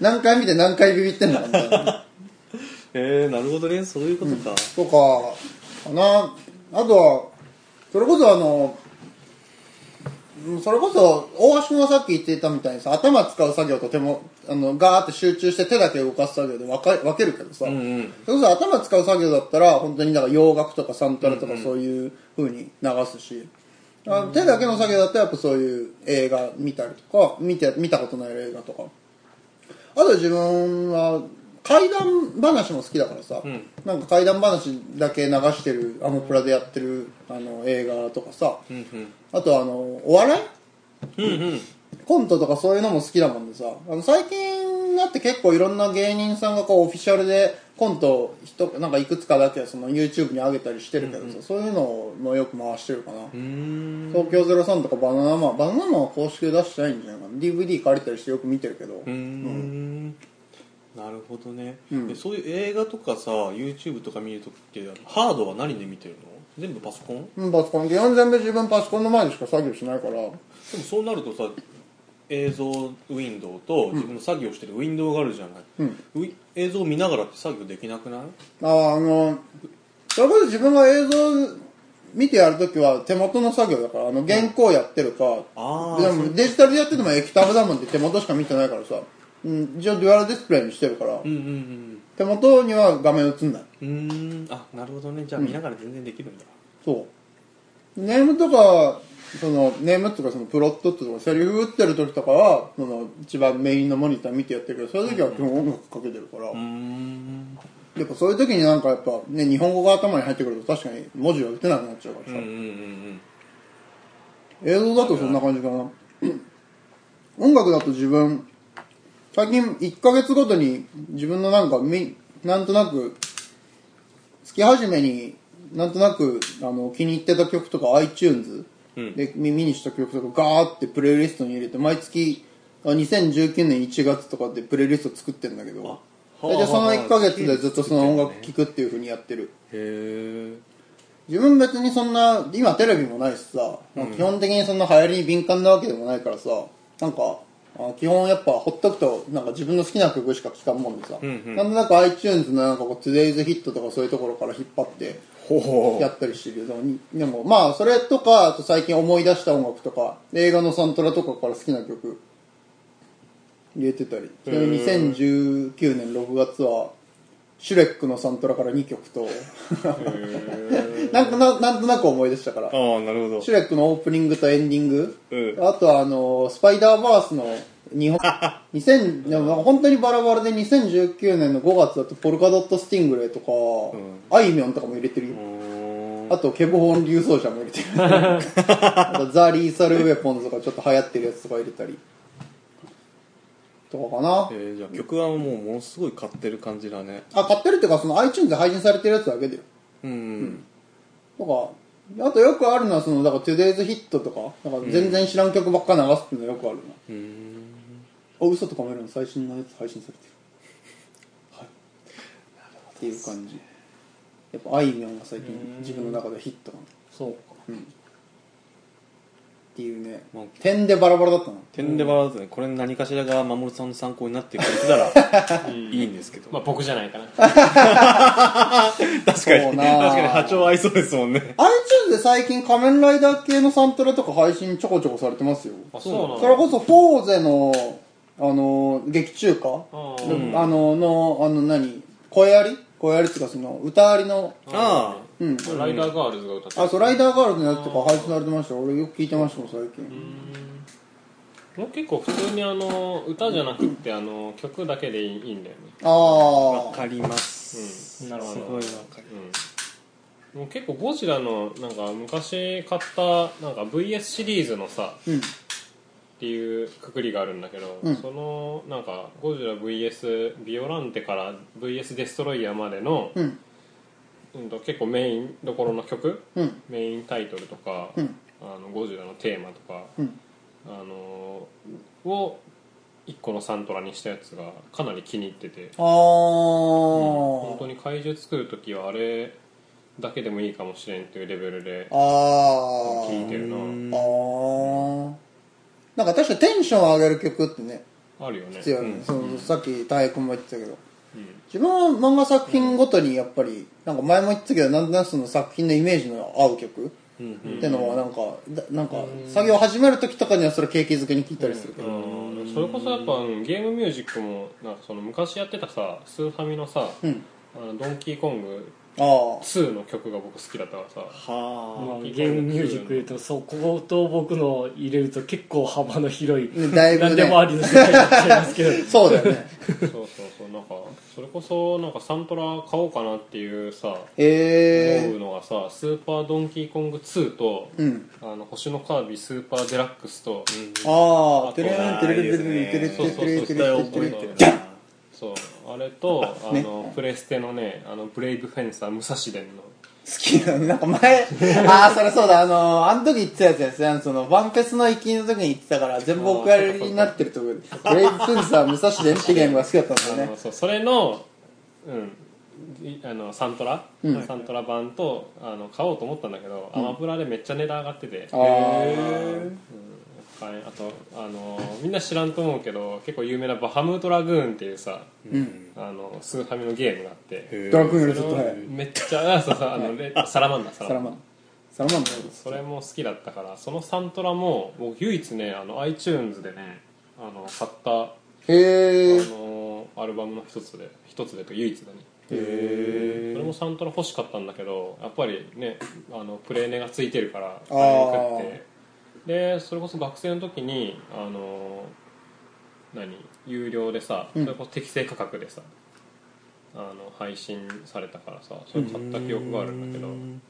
Speaker 2: 何回見て何回ビビってんだかみたいな
Speaker 3: へえなるほどねそういうことか
Speaker 2: とかかなあとはそれこそあのうんそれこそ大橋君がさっき言っていたみたいにさ頭使う作業と手もあのガーって集中して手だけ動かす作業で分か分けるけどさ、
Speaker 3: うんうん
Speaker 2: それこそ頭使う作業だったら本当にだから洋楽とかサントラとかそういう風に流すし、あ手だけの作業だったらやっぱそういう映画見たりとか見て見たことない映画とかあと自分は怪談話も好きだからさ、なんか怪談話だけ流してるアマプラでやってるあの映画とかさ、あとあのお笑いコントとかそういうのも好きだもんでさあの最近になって結構いろんな芸人さんがこうオフィシャルでコントをひとなんかいくつかだけその YouTube に上げたりしてるけどさ、そういうのもよく回してるかな東京03とかバナナマンバナナマンは公式で出してないんじゃないかな DVD 借りたりしてよく見てるけど、
Speaker 3: うーんなるほどね、でそういう映画とかさ YouTube とか見るときってハードは何で見てるの全部パソコン
Speaker 2: うん、パソコン基本全部自分パソコンの前でしか作業しないから
Speaker 3: でもそうなるとさ映像ウィンドウと自分の作業してるウィンドウがあるじゃない、ウィ映像見ながらって作業できなくない
Speaker 2: ああのそれこそ自分が映像見てやるときは手元の作業だからあの原稿やってるか、
Speaker 3: あ
Speaker 2: で
Speaker 3: あ
Speaker 2: もデジタルでやってても液タブだもんって手元しか見てないからさ、うん、一応デュアルディスプレイにしてるから、
Speaker 3: うんうん
Speaker 2: 手元には画面映んない
Speaker 3: うんうーんあなるほどねじゃあ見ながら全然できるんだ、
Speaker 2: そうネームとかそのネームとかそのプロットとかセリフ打ってる時とかはその一番メインのモニター見てやってるけどそういう時は基本音楽かけてるから、
Speaker 3: うーん
Speaker 2: やっぱそういう時になんかやっぱね日本語が頭に入ってくると確かに文字が打てなくなっちゃうから
Speaker 3: う
Speaker 2: さ、
Speaker 3: んうんうん
Speaker 2: 映像だとそんな感じかな音楽だと自分最近1ヶ月ごとに自分のなんかみなんとなく月始めになんとなくあの気に入ってた曲とか iTunes で耳にした曲とかガーってプレイリストに入れて毎月あ2019年1月とかでプレイリスト作ってんだけど大体その1ヶ月でずっとその音楽聴くっていうふうにやってる
Speaker 3: へえ
Speaker 2: 自分別にそんな今テレビもないしさ、基本的にそんな流行りに敏感なわけでもないからさなんかあ基本やっぱほっとくとなんか自分の好きな曲しか聴かんもんでさ、なんとなく iTunes のなんかこう Today's Hit とかそういうところから引っ張って
Speaker 3: ほほ
Speaker 2: やったりしてるけどにでもまあそれとかあと最近思い出した音楽とか映画のサントラとかから好きな曲入れてたりちなみに2019年6月はシュレックのサントラから2曲と <laughs> なんかななんとなく思い出したから
Speaker 3: ああなるほど
Speaker 2: シュレックのオープニングとエンディング、
Speaker 3: うん
Speaker 2: あとはあのスパイダーバースの
Speaker 3: <laughs>
Speaker 2: 日本2000でもなんか本当にバラバラで2019年の5月だとポルカドット・スティングレイとか、あいみょんとかも入れてるよ、あとケボホン・流奏者も入れてる
Speaker 3: <laughs>
Speaker 2: あとザ・リーサル・ウェポンズとかちょっと流行ってるやつとか入れたりとかかな
Speaker 3: えー、じゃあ曲はもうものすごい買ってる感じだね
Speaker 2: あ買ってるっていうかその iTunes で配信されてるやつだけだよ
Speaker 3: うん、
Speaker 2: とか、あとよくあるのは、その、だから、トゥデイズヒットとか、なんか全然知らん曲ばっか流すっていうのよくあるな。お、嘘とかもいるの最新のやつ配信されてる。はい。っていう感じ。やっぱ、あいみょんが最近自分の中でヒットなの。っ
Speaker 1: そうか
Speaker 2: ていうね
Speaker 3: まあ。
Speaker 2: 点でバラバラだったの。
Speaker 3: 点でバラだとねこれ何かしらが守さんの参考になってくれてたらいいんですけど、
Speaker 5: まあ僕じゃないかな
Speaker 3: 確かに
Speaker 2: そう
Speaker 3: 確
Speaker 2: なー
Speaker 3: かに波長合いそうですもんね
Speaker 2: iTunes で最近仮面ライダー系のサントラとか配信ちょこちょこされてますよ。
Speaker 5: あそうな
Speaker 2: それこそフォーゼの、あの、劇中歌、あの、の、あの何、声あり声ありっていうかその、歌ありの、
Speaker 3: あ
Speaker 2: うん。
Speaker 5: のライダーガールズが歌って
Speaker 2: あ、そう、ライダーガールズのやつとか配信されてました。俺よく聞いてましたもん、最近。
Speaker 5: もう結構普通にあの歌じゃなくってあの曲だけでいいいいんだよね
Speaker 3: あわ
Speaker 2: ああ。
Speaker 3: かります、
Speaker 1: なるほ
Speaker 3: す
Speaker 1: ど
Speaker 3: ごいわかる
Speaker 5: うんもう結構ゴジラのなんか昔買ったなんか VS シリーズのさ
Speaker 2: うん。
Speaker 5: っていうくくりがあるんだけど、
Speaker 2: うん
Speaker 5: そのなんかゴジラ VS ビオランテから VS デストロイヤーまでの、
Speaker 2: うん。
Speaker 5: うんと、結構メインどころの曲
Speaker 2: うん。
Speaker 5: メインタイトルとか、
Speaker 2: うん
Speaker 5: あのゴジラのテーマとか、
Speaker 2: うん
Speaker 5: あのを1個のサントラにしたやつがかなり気に入ってて
Speaker 2: あ
Speaker 5: 本当
Speaker 2: ー。
Speaker 5: に怪獣作る時はあれだけでもいいかもしれんっていうレベルで
Speaker 2: あー。
Speaker 5: 聴いてるな
Speaker 2: あー。なんか確かテンション上げる曲ってね、
Speaker 5: あるよね
Speaker 2: 必要よね。そのさっき、太鼓も言ってたけど。
Speaker 5: うん
Speaker 2: 自分は漫画作品ごとにやっぱり、なんか前も言ってたけど、なんとなくその作品のイメージの合う曲ってのはなんか、だなんか、作業始める時とかにはそれ景気づけに聞いたりするけ
Speaker 5: あ
Speaker 2: ど。
Speaker 5: ーそれこそやっぱうんゲームミュージックもなんかその昔やってたさスーファミのさ「
Speaker 2: うん
Speaker 5: あのドンキーコング
Speaker 2: ああ。
Speaker 5: 2」の曲が僕好きだったから
Speaker 2: <laughs>
Speaker 5: さ
Speaker 3: は
Speaker 1: まあゲームミュージックで言うとそこと僕の入れると結構幅の広い、
Speaker 2: ねだいぶね
Speaker 1: 何でもありの世界になっちゃいますけど
Speaker 2: そうだよね。
Speaker 5: そうそうそうなんかそれこそなんかサントラ買おうかなっていうさ思
Speaker 2: へ
Speaker 5: う
Speaker 2: え。
Speaker 5: のがさ「スーパードンキーコング2」と「
Speaker 2: うん。
Speaker 5: あの星のカービィスーパーデラックスと」
Speaker 2: ああ、
Speaker 5: あと
Speaker 2: てれーん、てれれれれれれれれ
Speaker 5: そうそう
Speaker 2: れれれれれれれれ
Speaker 5: そうそうあれとあ
Speaker 2: ね
Speaker 5: のプレステのねあのブレイブフェンサー武蔵伝の
Speaker 2: 好きだね。なんか前、ああ、それそうだ、あのー、あの時言ってたやつですね。あのその、ワンフェスの行きの時に言ってたから、全部おかりになってるところで、ブレイブフンサー、武蔵伝ってゲームが好きだったんですよ
Speaker 5: あ
Speaker 2: ね
Speaker 5: の。そうそれの,、うん、いあのサントラ、サントラ版とあの買おうと思ったんだけど、アマプラでめっちゃ値段上がってて
Speaker 2: あー
Speaker 5: はいあとあのみんな知らんと思うけど結構有名な「バハムートラグーン」っていうさ、あのスーファミのゲームがあって
Speaker 2: ドラクエより
Speaker 5: そ
Speaker 2: ずっ
Speaker 5: れ
Speaker 2: と
Speaker 5: を
Speaker 2: 早い。
Speaker 5: めっちゃあそうそうあのレサラマンダサ
Speaker 2: サラマン。サラマンだよ。
Speaker 5: それも好きだったからそのサントラも僕唯一ねあの iTunes でねあの買ったあ
Speaker 2: へえ。
Speaker 5: のアルバムの一つで一つでと唯一だね
Speaker 3: へ
Speaker 5: それもサントラ欲しかったんだけどやっぱりねあのプレーネがついてるから
Speaker 2: あ
Speaker 5: 買
Speaker 2: ー
Speaker 5: いにくってでそれこそ学生の時にあの何有料でさそれこそ適正価格でさ、あの配信されたからさそれ買った記憶があるんだけどうん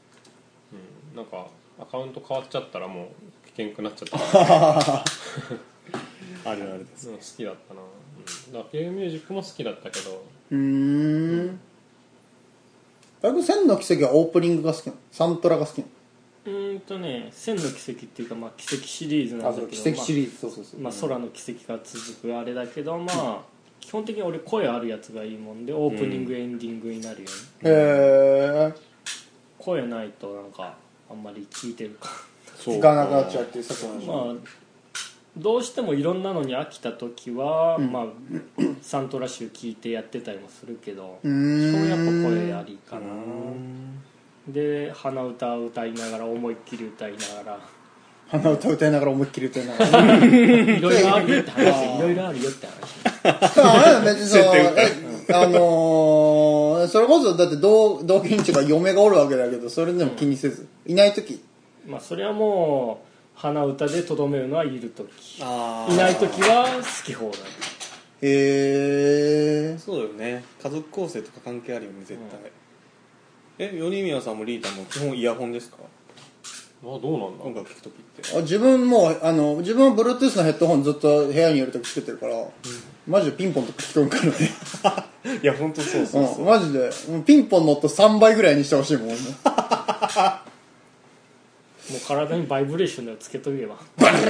Speaker 5: なんかアカウント変わっちゃったらも <laughs> う危険くなっちゃったから
Speaker 3: あるあるです
Speaker 5: うん好きだったな、うんアピールミュージックも好きだったけど
Speaker 2: うーん大学千の奇跡はオープニングが好きなのサントラが好きな
Speaker 1: うーんとね「千の奇跡」っていうか、まあ、奇跡シリーズな
Speaker 2: の
Speaker 1: ん
Speaker 2: あ
Speaker 1: だ
Speaker 2: そう
Speaker 1: けど
Speaker 2: 奇跡シリーズそうそうそう
Speaker 1: まあまあ、空の奇跡が続くあれだけどまあ基本的に俺声あるやつがいいもんでオープニング、エンディングになるよね
Speaker 2: へえ
Speaker 1: 声ないとなんかあんまり聞いてるか
Speaker 5: そ
Speaker 2: 聞かなくなっちゃうっていうさっきの話
Speaker 1: まあどうしてもいろんなのに飽きた時は、まあ、サントラ集聞いてやってたりもするけど、
Speaker 2: う
Speaker 1: 基
Speaker 2: ーん
Speaker 1: 本やっぱ声ありかなで鼻歌を歌いながら思いっきり歌いなが
Speaker 2: 鼻歌歌いながら思いっきり歌いながらあ
Speaker 1: らいろいろあるよって話いろいろあるよって話
Speaker 2: あ別にそのえあのーそれこそだって同同居人とか嫁がおるわけだけどそれでも気にせずいない時
Speaker 1: まあそれはもう鼻歌でとどめるのはいる時
Speaker 3: あ
Speaker 1: いない時は好き放題
Speaker 2: へえ
Speaker 3: そうだよね家族構成とか関係あるよね絶対、えヨリミヤさんもリータも基本イヤホンですか
Speaker 5: まあどうなんだ
Speaker 3: 音楽聴く時って
Speaker 2: 自分もうあの自分は Bluetooth のヘッドホンずっと部屋にいる時つけてるから、マジでピンポンとか聞こえんからね
Speaker 3: いや本当そうそうそう、
Speaker 2: うん、マジでもうピンポンの音3倍ぐらいにしてほしいもんね
Speaker 1: もう体にバイブレーションでもつけとけば
Speaker 3: あれも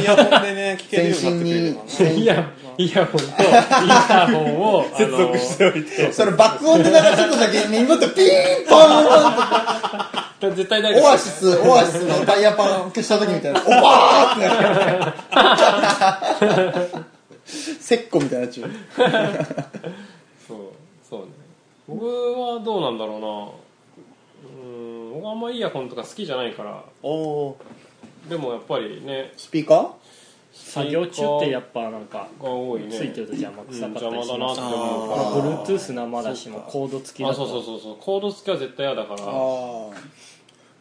Speaker 3: イヤホンでね聴けるよう
Speaker 2: 全身
Speaker 3: に
Speaker 2: に
Speaker 3: なってくれれば
Speaker 2: 全
Speaker 1: イヤイヤホンとインターホンを接続しておい
Speaker 2: それ爆音で流すとだけ耳元ピンポーン
Speaker 1: て絶対大
Speaker 2: オ
Speaker 1: 丈
Speaker 2: アシスオアシスのタイヤパン消した時みたいな <laughs> おばーってなるセッコみたいなやつ
Speaker 5: そうそうね僕はどうなんだろうなうん僕あんまイヤホンとか好きじゃないから
Speaker 2: おお
Speaker 5: でもやっぱりね
Speaker 2: スピーカ
Speaker 1: 作業中ってやっぱなんか
Speaker 5: が多いね
Speaker 1: ついてると邪魔くさ
Speaker 5: うん
Speaker 1: かった
Speaker 5: 邪
Speaker 1: り
Speaker 5: 魔
Speaker 1: し
Speaker 5: だな
Speaker 1: ま
Speaker 5: っ
Speaker 1: す
Speaker 5: て
Speaker 1: ま
Speaker 5: 思うから
Speaker 1: あ Bluetooth 生だしもコード付きだ
Speaker 5: あそ
Speaker 1: と
Speaker 5: うそうそうそうコード付きは絶対嫌だから
Speaker 2: ーああ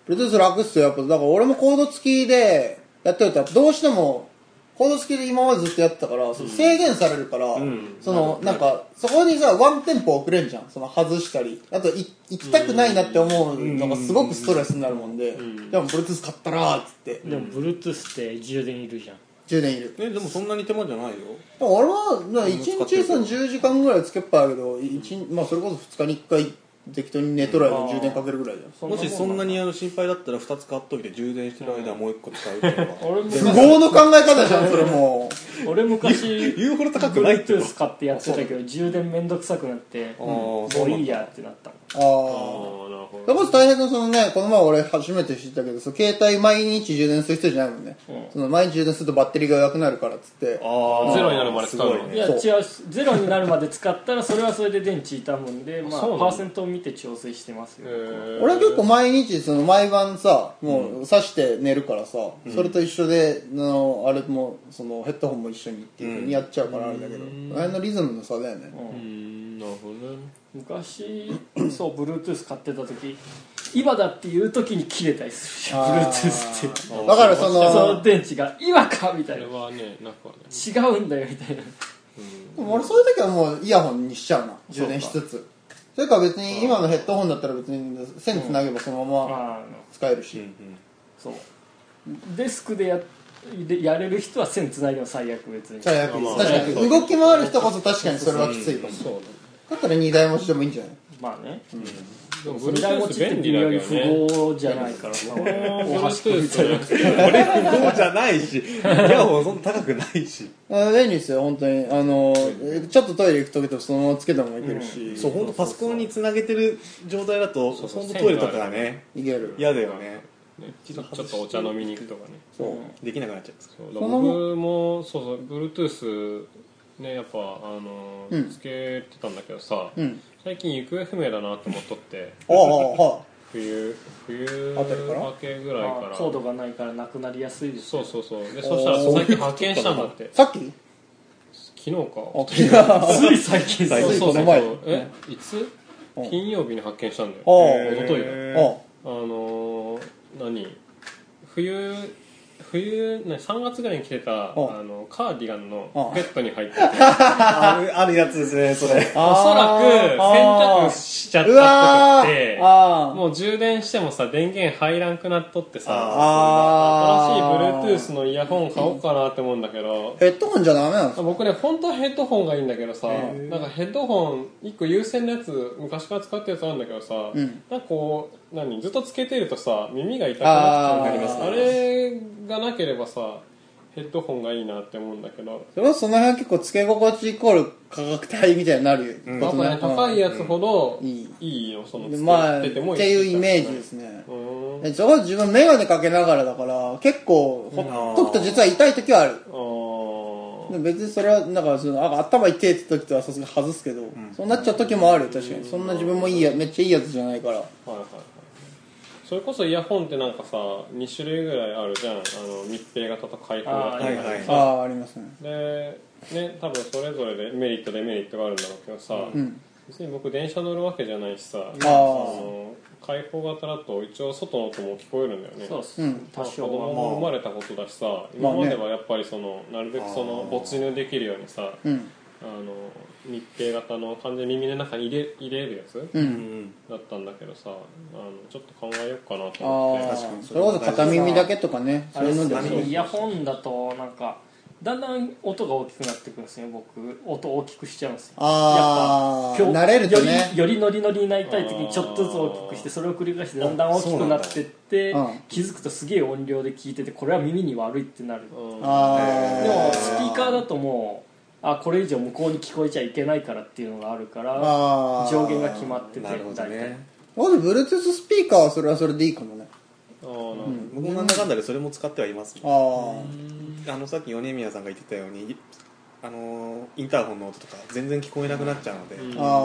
Speaker 2: プロデュース楽っすよやっぱだから俺もコード付きでやってるとどうしてもコード付きで今までずっとやってたから、その制限されるから、
Speaker 5: ん
Speaker 2: そのなんかそこにさワンテンポ遅れんじゃんその外したりあとい行きたくないなって思うのがすごくストレスになるもんで、でもプロデュース買ったらーっつって
Speaker 1: でも Bluetooth って充電いるじゃん
Speaker 2: 10年いる
Speaker 3: えでもそんなに手間じゃないよ
Speaker 2: 俺はな1
Speaker 3: 使って
Speaker 2: 日
Speaker 3: る
Speaker 2: その10時間ぐらいつけっぱだけど、一日まあ、それこそ2日に1回適当に寝とらば充電かけるぐらいじゃん
Speaker 1: そん
Speaker 3: も
Speaker 1: なもん
Speaker 3: しそんなにあの心配だったら2つ買っといて充電してる間もう1個使うっていうのは
Speaker 2: 不
Speaker 1: 俺昔
Speaker 2: 合の考え方じゃんそれもう
Speaker 1: 俺昔
Speaker 3: <laughs> 言うほど高くないってこと
Speaker 1: Bluetooth 買ってやってたけど充電めんどくさくなって
Speaker 3: あー
Speaker 1: も
Speaker 3: そう
Speaker 1: う
Speaker 3: なんだ
Speaker 1: いいやってなったもん
Speaker 5: あ
Speaker 2: ああ
Speaker 5: ーなるほ
Speaker 2: それ
Speaker 5: ど
Speaker 2: こそ大変なそのねこの前俺初めて知ったけどその携帯毎日充電する人じゃないもんね、
Speaker 1: うん
Speaker 2: その毎日充電するとバッテリーが弱くなるからっつって
Speaker 3: あー
Speaker 5: ゼロになるまで使うの
Speaker 3: すごい
Speaker 1: いや
Speaker 2: そう
Speaker 1: 違うゼロになるまで使ったらそれはそれで電池傷むんで、まあ、
Speaker 5: そうなんだ
Speaker 1: パーセントを見て調整してますよ、
Speaker 2: 俺は結構
Speaker 5: 構
Speaker 2: 毎日その毎晩さもう刺して寝るからさ、それと一緒であのあれもそのヘッドホンも一緒にっていうふうにやっちゃうからあれだけど、あれのリズムの差だよね、
Speaker 1: うん
Speaker 5: うんなるほどね
Speaker 1: 昔そう Bluetooth 買ってた時今だっていう時に切れたりするじゃん
Speaker 2: あー
Speaker 1: Bluetooth ってそ
Speaker 2: だからそ
Speaker 1: の
Speaker 2: の
Speaker 1: 電池が今かみた
Speaker 5: あ
Speaker 1: いな
Speaker 5: れはねなくはね
Speaker 1: 違うんだよみたいな
Speaker 2: でも俺そういう時はもうイヤホンにしちゃうな充電しつつそれから別に今のヘッドホンだったら別に線つなげばそのまま
Speaker 1: あの
Speaker 2: 使えるし、
Speaker 1: そうデスクでやでやれる人は線つないでも最悪別に
Speaker 2: 最悪です、
Speaker 5: まあ
Speaker 2: 確かに
Speaker 5: そう
Speaker 2: 動き回る人こそ確かにそれはきついかも
Speaker 5: そうね
Speaker 2: だったら荷台持ちでもいいんじゃない
Speaker 1: まあね
Speaker 5: でも
Speaker 1: 二台持ちって
Speaker 5: Bluetooth
Speaker 1: 微
Speaker 5: 便利だ
Speaker 1: 妙
Speaker 5: け
Speaker 1: に
Speaker 5: ど
Speaker 1: 不
Speaker 5: ね
Speaker 1: 合じゃないからさ俺大橋君みたいな
Speaker 5: Bluetooth
Speaker 3: そうじゃないしイヤホンそんな高くないし
Speaker 2: あ便利ですよ本当にあのーちょっとトイレ行く時とかそのままつけたままいけるし、
Speaker 3: そう本当パソコンにつなげてる状態だと
Speaker 5: そうそう
Speaker 3: 本当トイレとかがね
Speaker 2: いける
Speaker 3: 嫌だよね
Speaker 5: ねちょっとお茶飲みに行くとかね
Speaker 2: そう
Speaker 3: できなくなっちゃう
Speaker 5: そう
Speaker 2: その
Speaker 5: 僕もそうそう Bluetooth ねやっぱあの、
Speaker 2: うん
Speaker 5: つけてたんだけどさ、
Speaker 2: うん
Speaker 5: 最近行方不明だなと思っとって
Speaker 2: ああは
Speaker 5: 冬冬
Speaker 2: あたりから
Speaker 5: 明けぐらいから
Speaker 1: まあコードがないからなくなりやすいです
Speaker 5: そうそうそうでそしたら最近発見したんだって
Speaker 2: あさっき
Speaker 5: 昨日か
Speaker 2: あ昨日あ
Speaker 1: つい最近
Speaker 5: そうそう
Speaker 2: こ
Speaker 5: そ
Speaker 2: の
Speaker 5: う
Speaker 2: 前
Speaker 5: えいつ
Speaker 2: うん
Speaker 5: 金曜日に発見したんだよ
Speaker 2: あ
Speaker 5: おとといだ
Speaker 2: あ
Speaker 5: あのー何冬冬ね3月ぐらいに着てたあ
Speaker 2: うん
Speaker 5: のカーディガンの
Speaker 2: うん
Speaker 5: ポケットに入ってて
Speaker 3: あるあるやつですねそ
Speaker 5: おそ
Speaker 3: れ
Speaker 5: らく洗濯しちゃった
Speaker 2: う
Speaker 5: っ
Speaker 2: わ
Speaker 5: ぽく
Speaker 2: ー
Speaker 5: て
Speaker 2: あー
Speaker 5: もう充電してもさ電源入らんくなっとってさ
Speaker 2: あー
Speaker 5: 新しい Bluetooth のイヤホン買おうかなって思うんだけど
Speaker 2: ヘッドホンじゃダメなんですか
Speaker 5: 僕ね本当はヘッドホンがいいんだけどさなんかヘッドホン1個有線のやつ昔から使ってるやつあるんだけどさ、
Speaker 2: ん
Speaker 5: なんかこう何ずっとつけてるとさ耳が痛くなっちゃう
Speaker 2: あ
Speaker 5: あ
Speaker 2: ー
Speaker 5: あれがなければさヘッドホンがいいなって思うんだけど
Speaker 2: それはその辺結構付け心地イコール価格帯みたいになることね、
Speaker 5: やっぱね高いやつほど
Speaker 2: うん
Speaker 5: いいよその
Speaker 2: でまあ、っ
Speaker 5: つ
Speaker 2: て
Speaker 5: けても
Speaker 2: いうイメージですすね。
Speaker 5: うーん
Speaker 2: えそこは自分メガネかけながらだから、結構、ほっとくと実は痛い時はある。
Speaker 5: あー
Speaker 2: でも別にそれは、なんかその、あ頭痛いって時とはさすがに外すけど、そうなっちゃう時もある、確かに。そんな自分もいいや、めっちゃいいやつじゃないから。
Speaker 5: はいはいはいそれこそイヤホンってなんかさ2種類ぐらいあるじゃんあの密閉型と開放型
Speaker 1: あ
Speaker 5: と
Speaker 1: ー
Speaker 5: か
Speaker 1: はい
Speaker 3: はい
Speaker 2: ああ、ありますね。
Speaker 5: でね多分それぞれでメリットデメリットがあるんだろうけどさ、
Speaker 2: うん。
Speaker 5: 別に僕電車乗るわけじゃないしさあの開放型だと一応外の音も聞こえるんだよね
Speaker 1: そうです、
Speaker 2: うん
Speaker 1: 多
Speaker 5: まあ子
Speaker 1: 少
Speaker 5: 供
Speaker 1: は
Speaker 5: も生まれたことだしさ、
Speaker 2: ま
Speaker 5: 今
Speaker 2: あね
Speaker 5: まではやっぱりそのなるべくその没入できるようにさ
Speaker 2: うん。
Speaker 5: あの密閉型の完全に耳の中に入れ入れるやつ
Speaker 2: う。
Speaker 3: うんん
Speaker 5: だったんだけどさあのちょっと考えようかなと思って
Speaker 2: ああ、
Speaker 3: 確かに
Speaker 2: それこそ片耳だけとかね、
Speaker 1: あ
Speaker 2: そうい
Speaker 1: れ
Speaker 2: う
Speaker 1: で
Speaker 2: の
Speaker 1: す
Speaker 2: で
Speaker 1: よ
Speaker 2: も
Speaker 1: ねイヤホンだとなんかだんだん音が大きくなってくるんですね僕音大きくしちゃうんですよ
Speaker 2: ああ、
Speaker 1: やっぱ
Speaker 2: 慣れるとね
Speaker 1: よ。りよりノリノリになりたい時にちょっとずつ大きくしてそれを繰り返してだんだん大きくなってって、
Speaker 2: そうなんだうん
Speaker 1: 気づくとすげえ音量で聞いててこれは耳に悪いってなる
Speaker 5: うん
Speaker 2: ああ。
Speaker 1: でもスピーカーだともうあこれ以上向こうに聞こえちゃいけないからっていうのがあるから
Speaker 2: ああ。
Speaker 1: 上限が決まってて
Speaker 3: なるほどね
Speaker 2: まず Bluetooth スピーカーはそれはそれでいいかもね。
Speaker 5: あーなるほど
Speaker 3: 僕もなんだかんだでそれも使ってはいますもん
Speaker 2: あ
Speaker 3: あのさっき米宮さんが言ってたようにあのインターホンの音とか全然聞こえなくなっちゃうので、
Speaker 5: うん
Speaker 2: あ。ああ。
Speaker 3: あ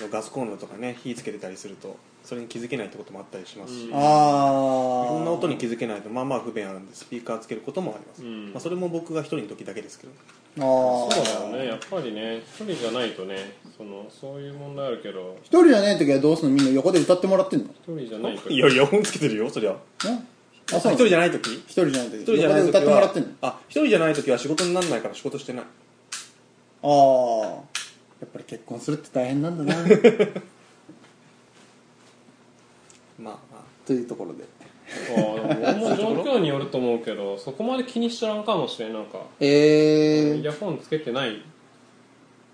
Speaker 3: のガスコンロとかね火つけてたりするとそれに気づけないってこともあったりしますし、
Speaker 5: うん
Speaker 3: い
Speaker 2: ああ。
Speaker 3: ろんな音に気づけないとまあまあ不便あるんでスピーカーつけることもあります、
Speaker 5: うん
Speaker 3: まあ、それも僕が一人の時だけですけど
Speaker 2: ああ。
Speaker 5: そうだよねやっぱりね一人じゃないとねそのそういう問題あるけど
Speaker 2: 一人じゃない時はどうすんのみんな横で歌ってもらってんのね
Speaker 5: 一人じゃないと
Speaker 3: いやイヤホンつけて <laughs> るよそりゃ
Speaker 2: あ、
Speaker 3: あ
Speaker 2: そうなの
Speaker 3: 一人
Speaker 2: 一
Speaker 3: じゃない時一
Speaker 2: 人じゃない時。
Speaker 3: 人じゃない
Speaker 2: 横で歌
Speaker 3: 時
Speaker 2: ってもらってん
Speaker 3: はあ一人じゃない時は仕事にならないから仕事してない
Speaker 2: のああ。やっぱり結婚するって大変なんだ
Speaker 3: <laughs>
Speaker 2: な。
Speaker 3: まあま
Speaker 2: というところで。
Speaker 5: あーでも俺も状況によると思うけどそこまで気にしちゃらんかもしれんなんか
Speaker 2: え
Speaker 5: イ
Speaker 2: え。
Speaker 5: ヤホンつけてない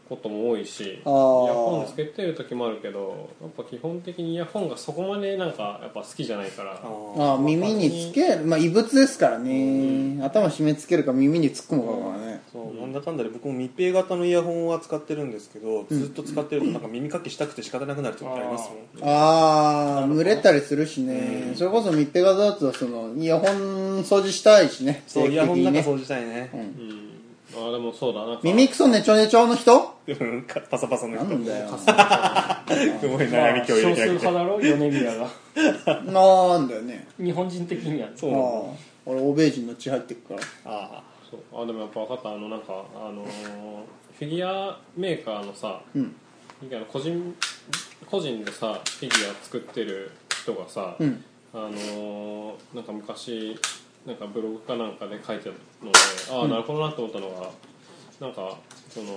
Speaker 5: ことも多いしイヤ
Speaker 2: あー
Speaker 5: ホンつけてる時もあるけどやっぱ基本的にイヤホンがそこまでなんかやっぱ好きじゃないから
Speaker 3: あああ
Speaker 2: ああ、耳につける。まあ、異物ですからね。頭締め付けるか耳に突っ込むかがね。
Speaker 3: そうなんだかんだで僕も密閉型のイヤホンは使ってるんですけど、ずっと使ってるとなんか耳かきしたくて仕方なくなる時ありますもん
Speaker 2: ああ、蒸れたりするしね。それこそ密閉型だと、その、イヤホン掃除したいしね。
Speaker 3: そう
Speaker 2: 定期的にね
Speaker 3: イヤホンの中掃除したいね、
Speaker 5: うんあーでもそうだなんか
Speaker 2: 耳くそねちょねちょの人
Speaker 3: うん、かパサパサの
Speaker 2: なんだよ。
Speaker 3: すごい
Speaker 1: まあ
Speaker 3: 悩
Speaker 1: 少
Speaker 3: み共
Speaker 1: 数
Speaker 3: 有できな
Speaker 1: 派
Speaker 3: くて
Speaker 1: だろ米宮が <laughs>
Speaker 2: なんだよね。
Speaker 1: 日本人的にはね
Speaker 2: ああ。俺、欧米人の血入ってくから。
Speaker 3: ああ
Speaker 5: そうあでもやっぱ分かったあのなんかあのーフィギュアメーカーのさ、
Speaker 2: うん
Speaker 5: フィギュアの個人個人でさフィギュア作ってる人がさ、
Speaker 2: うん。
Speaker 5: あのーなんか昔なんかブログかなんかで書いてあるのでああなるほどなと思ったのがなんかその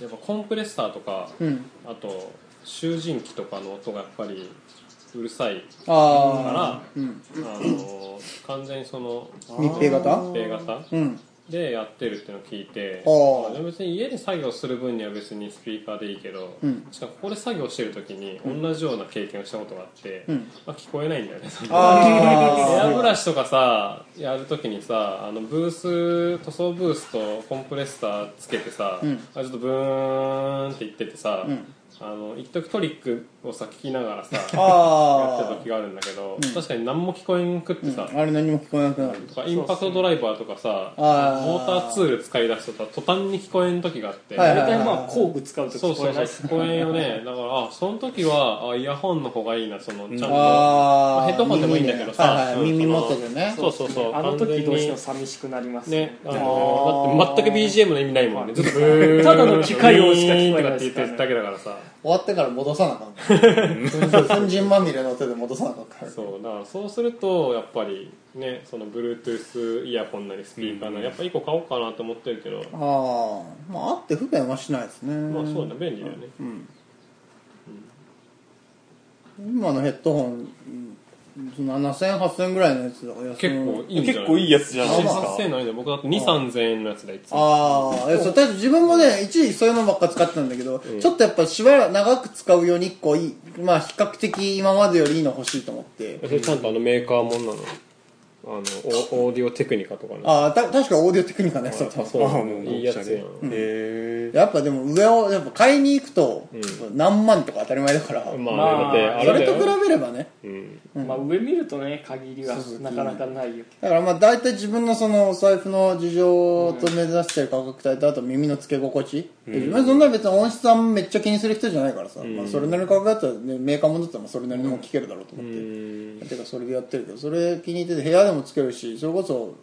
Speaker 5: やっぱコンプレッサーとか、
Speaker 2: うん。
Speaker 5: あと集塵機とかの音がやっぱりうるさい
Speaker 2: あ
Speaker 5: か
Speaker 2: あ。うん。
Speaker 5: ら、あのー完全にその
Speaker 2: 密閉型
Speaker 5: 密閉型
Speaker 2: うん。
Speaker 5: でやってるっていうのを聞いて
Speaker 2: ああ
Speaker 5: でも別に家で作業する分には別にスピーカーでいいけど、
Speaker 2: うん
Speaker 5: しかもここで作業してる時に同じような経験をしたことがあって、
Speaker 2: うん
Speaker 5: まあ、聞こえないんだよねエア
Speaker 2: あ
Speaker 5: ブラシとかさやるときにさあのブース塗装ブースとコンプレッサーつけてさ、
Speaker 2: うん
Speaker 5: あちょっとブーンっていっててさ、
Speaker 2: うん
Speaker 5: あの一時トリックをさ聞きながらさ
Speaker 2: あ。
Speaker 5: やってた
Speaker 2: あ
Speaker 5: 時があるんだけど、確かに何も聞こえんくってさ、
Speaker 2: あ。あれ何も聞こえなくなる。
Speaker 5: とかインパクトドライバーとかさ
Speaker 2: あー
Speaker 5: モーターツール使い出すとさ途端に聞こえん時があって、
Speaker 2: はいはい
Speaker 1: 大体まあ工具使うと
Speaker 5: そう
Speaker 1: 聞こ
Speaker 5: そうそ
Speaker 1: えな
Speaker 5: う
Speaker 1: いっす
Speaker 5: 聞こえんよねだからあその時はあイヤホンの方がいいなそのちゃんと、ま
Speaker 2: あ
Speaker 5: あ
Speaker 2: あ。
Speaker 5: ヘッドホンでもいいんだけどさ、
Speaker 2: はいはい。
Speaker 5: うん
Speaker 2: 耳
Speaker 5: その
Speaker 2: 元でね。
Speaker 5: そうそうそう
Speaker 1: あの
Speaker 5: 完全
Speaker 1: 時
Speaker 5: に
Speaker 1: どうしても寂しくなりますね
Speaker 5: ね、あのだって全く BGM の意味ないもんねずっとブー
Speaker 1: ただの機械音しか聞こえない
Speaker 5: っ
Speaker 1: で
Speaker 5: て
Speaker 1: す
Speaker 5: 言っ
Speaker 1: から
Speaker 5: て
Speaker 1: ね
Speaker 5: だけだからささ
Speaker 2: 終わってから戻さなあかんから
Speaker 5: <laughs>
Speaker 2: 粉塵まみれの手で戻さなあかんから
Speaker 5: そうだからそうするとやっぱりねその Bluetooth イヤホンなりスピーカーなり、やっぱ1個買おうかなと思ってるけど
Speaker 2: ああまああって不便はしないですね
Speaker 5: まあそうだね便利だよね、
Speaker 2: うん今のヘッドホン70008000ぐらいのやつだから安い
Speaker 5: 結構いいんじゃない
Speaker 6: 結構いいやつじゃないですか
Speaker 5: 8000円の間僕だって2 3 0円のやつだいつも
Speaker 2: ああ、えそう、だ自分もね、一時そういうのばっか使ってたんだけど、ちょっとやっぱしばらく長く使うように一個いい、まあ比較的今までよりいいの欲しいと思って。
Speaker 5: それちゃんとあのメーカーもんなのあのオオーディオテクニカとかね
Speaker 2: ああ、た、確かオーディオテクニカね、そう
Speaker 5: あそう
Speaker 3: あ
Speaker 5: な
Speaker 3: あ
Speaker 5: のいいやつやん
Speaker 3: へえ
Speaker 2: やっぱでも上を、やっぱ買いに行くと、何万とか当たり前だから、
Speaker 5: まあ、
Speaker 1: ま
Speaker 5: だっ
Speaker 1: あ
Speaker 5: てあ
Speaker 2: そ
Speaker 5: れ
Speaker 2: れ
Speaker 5: だ
Speaker 2: と
Speaker 5: よ
Speaker 2: 比べればね。
Speaker 5: うん
Speaker 1: まあ上見るとね限りはなかなかないよ
Speaker 2: だからまあ大体自分のそのお財布の事情と目指してる価格帯とあと耳の付け心地、で自分そんな別に音質はめっちゃ気にする人じゃないからさ、まあ、それなりの価格だったら、ね、メーカーもんだったらまあそれなりのもん聞けるだろうと思って、てかそれでやってるけどそれ気に入ってて部屋でもつけるしそれこそ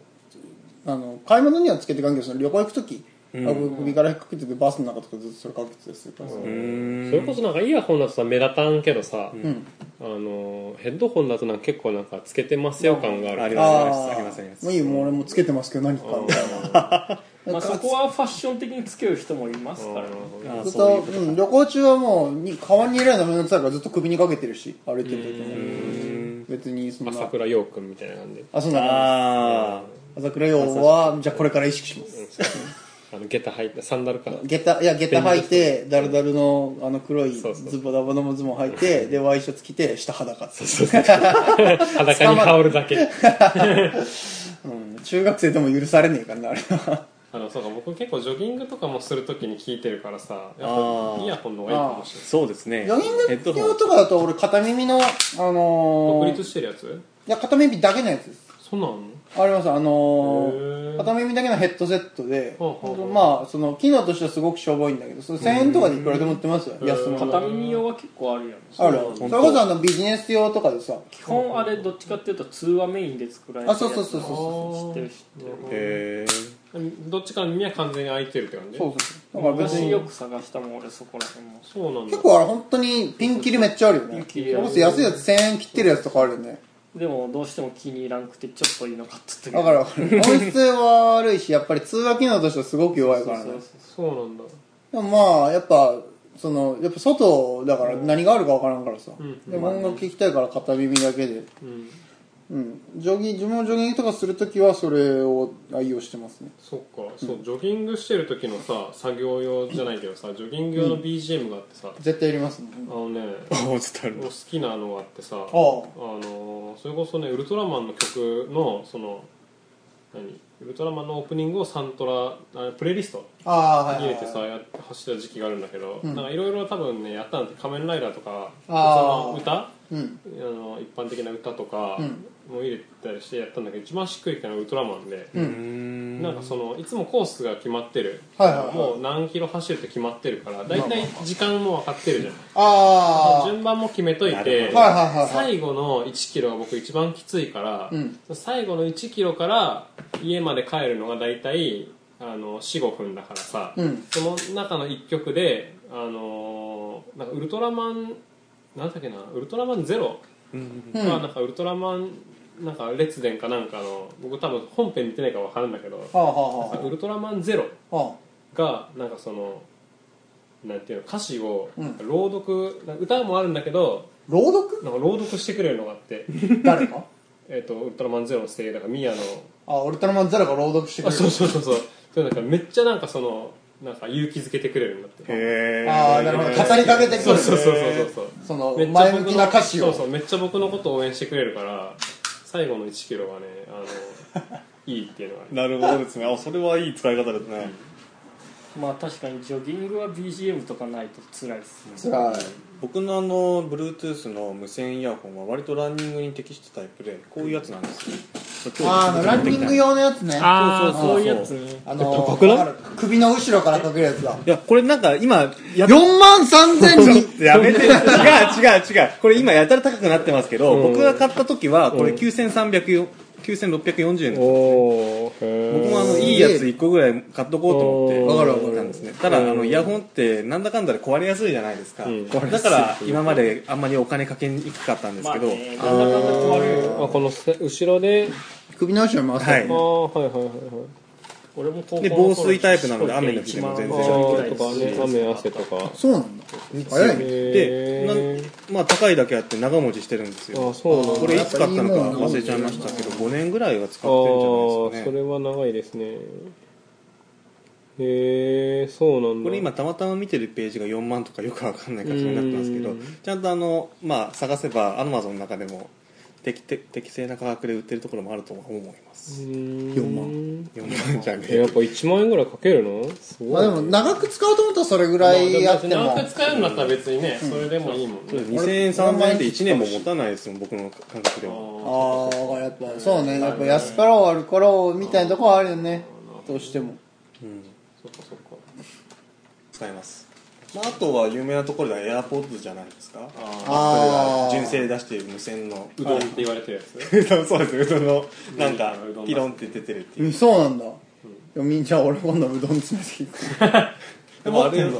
Speaker 2: あの買い物にはつけてかんけどその旅行行く時、あ僕首から引っ掛けててバスの中とかずっとそれかけてたりするからさ、
Speaker 5: それこそなんかイヤホンだとさ目立たんけどさ、あのヘッドホンだとなんか結構なんかつけてますよ感がある
Speaker 3: ありますあり
Speaker 2: あ
Speaker 3: ますあります
Speaker 2: あもういいよもう俺もつけてますけど何かみたいな
Speaker 1: まあそこはファッション的につける人もいますからね
Speaker 3: ああ
Speaker 2: ずっ
Speaker 3: そうい
Speaker 2: と
Speaker 3: う
Speaker 2: う
Speaker 3: こと
Speaker 2: ん、旅行中はもうに川にいるのめんどくさいからずっと首にかけてるし歩いてる時も別にそんな
Speaker 5: 朝倉陽君みたいな感じで
Speaker 2: あそうなの
Speaker 3: ああ
Speaker 2: 朝倉洋はじゃあこれから意識します
Speaker 5: あの下駄履いてサンダルか
Speaker 2: 下駄いや下駄履いてダルダルのあの黒い
Speaker 5: そうそう
Speaker 2: ズボダボのズボン履いてでワイシャツ着て下裸って
Speaker 5: 裸に羽織るだけ
Speaker 2: うん中学生でも許されねえからなあれは
Speaker 5: あのそうか僕結構ジョギングとかもするときに聞いてるからさやっぱ
Speaker 3: あー
Speaker 5: イヤホンの方がいいかもしれない
Speaker 3: そうですね
Speaker 2: ジョ
Speaker 3: ヘ
Speaker 2: ギン
Speaker 3: ッド
Speaker 2: グ
Speaker 3: ホ
Speaker 2: 用
Speaker 3: ン
Speaker 2: とかだと俺片耳のあの
Speaker 5: 独
Speaker 2: ー
Speaker 5: 立してるやつ
Speaker 2: いや片耳だけのやつです
Speaker 5: そうなの
Speaker 2: ありますあの
Speaker 5: へ
Speaker 2: ー
Speaker 5: ー
Speaker 2: 片耳だけのヘッドセットで、
Speaker 5: ほうほうほう
Speaker 2: まあその機能としてはすごくしょぼいんだけどそれ1000円とかでいくらでも売ってますよ安物
Speaker 1: 片耳用は結構あるやん
Speaker 2: あるそれこそあのビジネス用とかでさ
Speaker 1: 基本あれどっちかっていうと通話メインで作られて
Speaker 2: あ
Speaker 1: る
Speaker 2: そうそう
Speaker 1: やつ
Speaker 2: そうそうそ
Speaker 1: 知ってる知ってる
Speaker 3: へえ
Speaker 5: どっちか耳は完全に開いてるって感じ
Speaker 2: うそうそうだから別
Speaker 1: 昔
Speaker 2: に
Speaker 1: よく探したもん俺そこら辺も
Speaker 5: そうなんだ
Speaker 2: 結構あれ本当にピンキリめっちゃあるよね
Speaker 1: ピ
Speaker 2: そ
Speaker 1: ンキリあ
Speaker 2: れ
Speaker 1: る
Speaker 2: こそ安いやつ1000円切ってるやつとかあるよね
Speaker 1: でもどうしても気に入らんくてちょっといいの買っとったけど
Speaker 2: だから音質は悪いしやっぱり通話機能としてはすごく弱いからね
Speaker 5: そうなんだ
Speaker 2: でもまあやっぱそのやっぱ外だから何があるかわからんからさ、
Speaker 5: ん
Speaker 2: でも音楽聴きたいから片耳だけで
Speaker 5: うん
Speaker 2: うんジョギ自分もジョギングとかするときはそれを愛用してますね
Speaker 5: そっかそうジョギングしてる時のさ作業用じゃないけどさジョギング用の BGM があってさあ
Speaker 2: 絶対いりますね
Speaker 5: のね
Speaker 3: 落ちたる
Speaker 5: 好きなのがあってさあ
Speaker 2: あ
Speaker 5: のそれこそねウルトラマンの曲のその何ウルトラマンのオープニングをサントラあプレイリスト
Speaker 2: ああーはいは
Speaker 5: 入
Speaker 2: いは
Speaker 5: れて
Speaker 2: い
Speaker 5: さやって走ってた時期があるんだけど、なんかいろいろ多分ねやったのって「仮面ライダー」とか
Speaker 2: あー
Speaker 5: その歌あ
Speaker 2: うん
Speaker 5: の一般的な歌とか
Speaker 2: うん
Speaker 5: も入れたりしてやったんだけど一番しっくりきたのはウルトラマンで、
Speaker 2: うん
Speaker 3: うん
Speaker 5: なんかそのいつもコースが決まってる、
Speaker 2: はいはいはい
Speaker 5: もう何キロ走るって決まってるから大体時間も分かってるじゃん、
Speaker 2: ああ
Speaker 5: 順番も決めとい
Speaker 3: な
Speaker 5: て
Speaker 3: る、
Speaker 2: ほどはいはいはい
Speaker 5: 最後の1キロが僕一番きついから、
Speaker 2: うん
Speaker 5: 最後の1キロから家まで帰るのが大体あの45分だからさ、
Speaker 2: うん
Speaker 5: その中の1曲で、あのーなんかウルトラマンなんだっけなウルトラマンゼロ
Speaker 2: う
Speaker 5: まあ
Speaker 2: ん
Speaker 5: なんかウルトラマンなんか列伝かなんかの僕多分本編見てないから分かるんだけど
Speaker 2: はあは
Speaker 5: ウルトラマンゼロ
Speaker 2: あは
Speaker 5: がなんかそのなんていうの歌詞を
Speaker 2: うん
Speaker 5: 朗読、なんか歌もあるんだけど
Speaker 2: あ朗
Speaker 5: <laughs>
Speaker 2: 読
Speaker 5: なんか朗読してくれるのがあって <laughs>
Speaker 2: 誰か
Speaker 5: えっとウルトラマンゼロの声優だからミヤの
Speaker 2: あウルトラマンゼロが朗読してく
Speaker 5: あ
Speaker 2: れる
Speaker 5: そうそうそうそうそれなんかめっちゃなんかそのなんか勇気づけてくれるんだって
Speaker 3: へえ
Speaker 2: ああなるほど語りかけてくる
Speaker 5: そうそうそうそうそう
Speaker 2: その
Speaker 5: めっちゃ
Speaker 2: 前
Speaker 5: 僕
Speaker 2: 向
Speaker 5: の
Speaker 2: きな歌詞を
Speaker 5: そうそうめっちゃ僕のことを応援してくれるから最後の1キロはねあの <laughs> いいっていうのがある
Speaker 3: なるほどですねあそれはいい使い方ですね
Speaker 1: まあ確かにジョギングは BGM とかないと辛いですね
Speaker 2: 辛い
Speaker 3: 僕のあの Bluetooth の無線イヤホンは割とランニングに適したタイプでこういうやつなんですよ
Speaker 2: ああのランニング用のやつね
Speaker 1: ああ
Speaker 3: そうそうそう
Speaker 1: そういうやつね
Speaker 2: あの
Speaker 3: 高くない
Speaker 2: わかる首の後ろからかけるやつだ
Speaker 3: いやこれなんか今やっ
Speaker 2: 4万3000人 <laughs>
Speaker 3: やめて違う違う違うこれ今やたら高くなってますけど、僕が買った時はこれ9300 9640円
Speaker 5: お
Speaker 3: 僕
Speaker 5: 僕
Speaker 3: もあのいいやつ1個ぐらい買っとこうと
Speaker 5: おー
Speaker 3: 思
Speaker 2: わかるわ
Speaker 3: っ
Speaker 2: か
Speaker 3: て
Speaker 2: る
Speaker 3: たんですねただあのイヤホンってなんだかんだで壊れやすいじゃないですか、
Speaker 5: うん
Speaker 3: だから今まであんまりお金かけにくかったんですけど、
Speaker 1: ねなんだかんだ変わるよ
Speaker 5: あこのせ後ろで、
Speaker 2: 首直しは回す
Speaker 3: はい
Speaker 5: ああはいはいはいはい
Speaker 1: 俺も高校の
Speaker 3: で
Speaker 1: 頃
Speaker 3: 防水タイプなので雨の日でも全然
Speaker 5: あ
Speaker 3: あー
Speaker 5: ーとかね雨汗とか
Speaker 2: そうなんだ早いね
Speaker 5: へ
Speaker 3: で
Speaker 5: ー
Speaker 3: なんまあ高いだけあって長持ちしてるんです
Speaker 5: あ
Speaker 3: よ
Speaker 5: そうなんだ
Speaker 3: これいつ買ったのか忘れちゃいましたけど5年ぐらいは使ってるんじ
Speaker 5: あ
Speaker 3: ゃないです
Speaker 5: ー
Speaker 3: か
Speaker 5: そ
Speaker 3: ね
Speaker 5: れは長いですねへえそうなんだ
Speaker 3: これ今たまたま見てるページが4万とかよくわかんないからそうなってますけ
Speaker 5: う
Speaker 3: ど
Speaker 5: ん
Speaker 3: ちゃんとあのまあ探せばアマゾンの中でも適適適正な価格で売ってるところもあると思います
Speaker 5: 4万
Speaker 3: 4万じゃね
Speaker 5: えやっぱ1万円ぐらいかけるのすごい
Speaker 2: まあでも長く使おうと思ったらそれぐらいやっても
Speaker 5: 使えるんだったら別にねそれでもいいもんね
Speaker 3: 2000円3万円って1年も持たないですもん僕の感覚では
Speaker 2: ああやっぱそうねやっぱ安から悪からみたいなとこはあるよねどうしても
Speaker 3: 使いますまああとは有名なところではエアポッドじゃないですか
Speaker 2: ああ
Speaker 3: 純正で出している無線の
Speaker 5: うどんって言われてるやつ
Speaker 3: うどん <laughs> そうですうどんのなんか
Speaker 5: うどん
Speaker 3: ピロンって出てるっていう
Speaker 2: うんそうなんだでもみんな俺今度うどん詰めてきて
Speaker 3: でもあれ
Speaker 1: う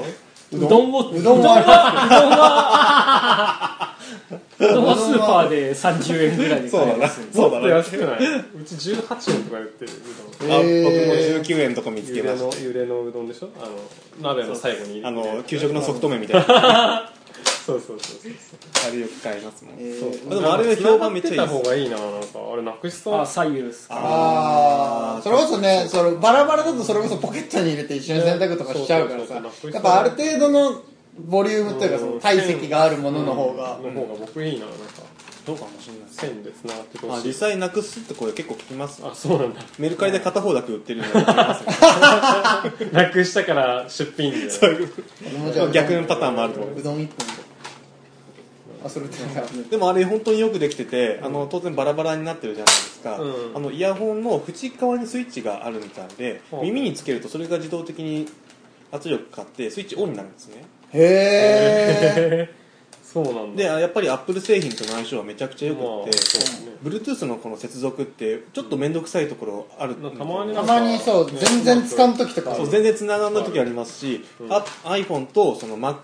Speaker 1: どん
Speaker 2: <laughs>
Speaker 1: を
Speaker 2: うどんも <laughs> あ
Speaker 1: うどんはスーパーで30円ぐらいで
Speaker 3: そう
Speaker 1: 買え
Speaker 3: だ
Speaker 1: ま
Speaker 3: な
Speaker 1: す
Speaker 3: そうだなあ
Speaker 5: 安くないうち18円とかやってるうど
Speaker 3: 僕
Speaker 5: ん
Speaker 3: も
Speaker 2: へー
Speaker 3: 19円とか見つけ
Speaker 5: ゆ
Speaker 3: ま
Speaker 5: での
Speaker 3: した
Speaker 5: ゆでのうどんでしょあの鍋の最後に
Speaker 3: あ
Speaker 5: 入れて
Speaker 3: の給食のソフト麺みたいなあ
Speaker 5: そうそうそうそう
Speaker 3: れよく買いますもん
Speaker 2: る
Speaker 3: そう
Speaker 2: よ
Speaker 3: でもあれは評判めっちゃいい
Speaker 5: 繋が
Speaker 3: で
Speaker 5: てた
Speaker 3: す
Speaker 5: 方がいいななんかあれなくしそう
Speaker 1: あ左右ですか
Speaker 2: ああそれこそねそれバラバラだとそれこそポケットに入れて一緒に洗濯とかしちゃうからさ
Speaker 5: そうそうそう
Speaker 2: やっぱある程度のボリュームというかその体積があるものの方が
Speaker 5: の方が僕いいななんか
Speaker 3: どうかもしれないです
Speaker 5: 線で繋がってほ
Speaker 3: あ
Speaker 5: し
Speaker 3: 実
Speaker 5: い
Speaker 3: 際なくすって声結構聞きます
Speaker 5: あそうなんだ
Speaker 3: メルカリで片方だけ売ってるのが聞きますよ
Speaker 5: なくしたから出品で
Speaker 2: 俺もじゃあうどん
Speaker 3: 逆のパターンもあると思う
Speaker 2: うどん1本であそれってなんか
Speaker 3: でもあれ本当によくできてて、あの当然バラバラになってるじゃないですか、
Speaker 5: うん
Speaker 3: あのイヤホンの縁側にスイッチがあるみたいで、耳につけるとそれが自動的に圧力かかってスイッチオンになるんですね
Speaker 2: へえ
Speaker 5: <laughs> そうなんだ
Speaker 3: であやっぱりアップル製品との相性はめちゃくちゃよく
Speaker 5: まあ
Speaker 3: って、
Speaker 5: そうね
Speaker 3: Bluetooth のこの接続ってちょっと面倒くさいところある
Speaker 5: なんかたまに
Speaker 2: たまにそう全然つかん時とかあ
Speaker 3: そう
Speaker 2: る
Speaker 3: 全然繋がんない時ありますし、
Speaker 5: ん
Speaker 3: あ iPhone とその Mac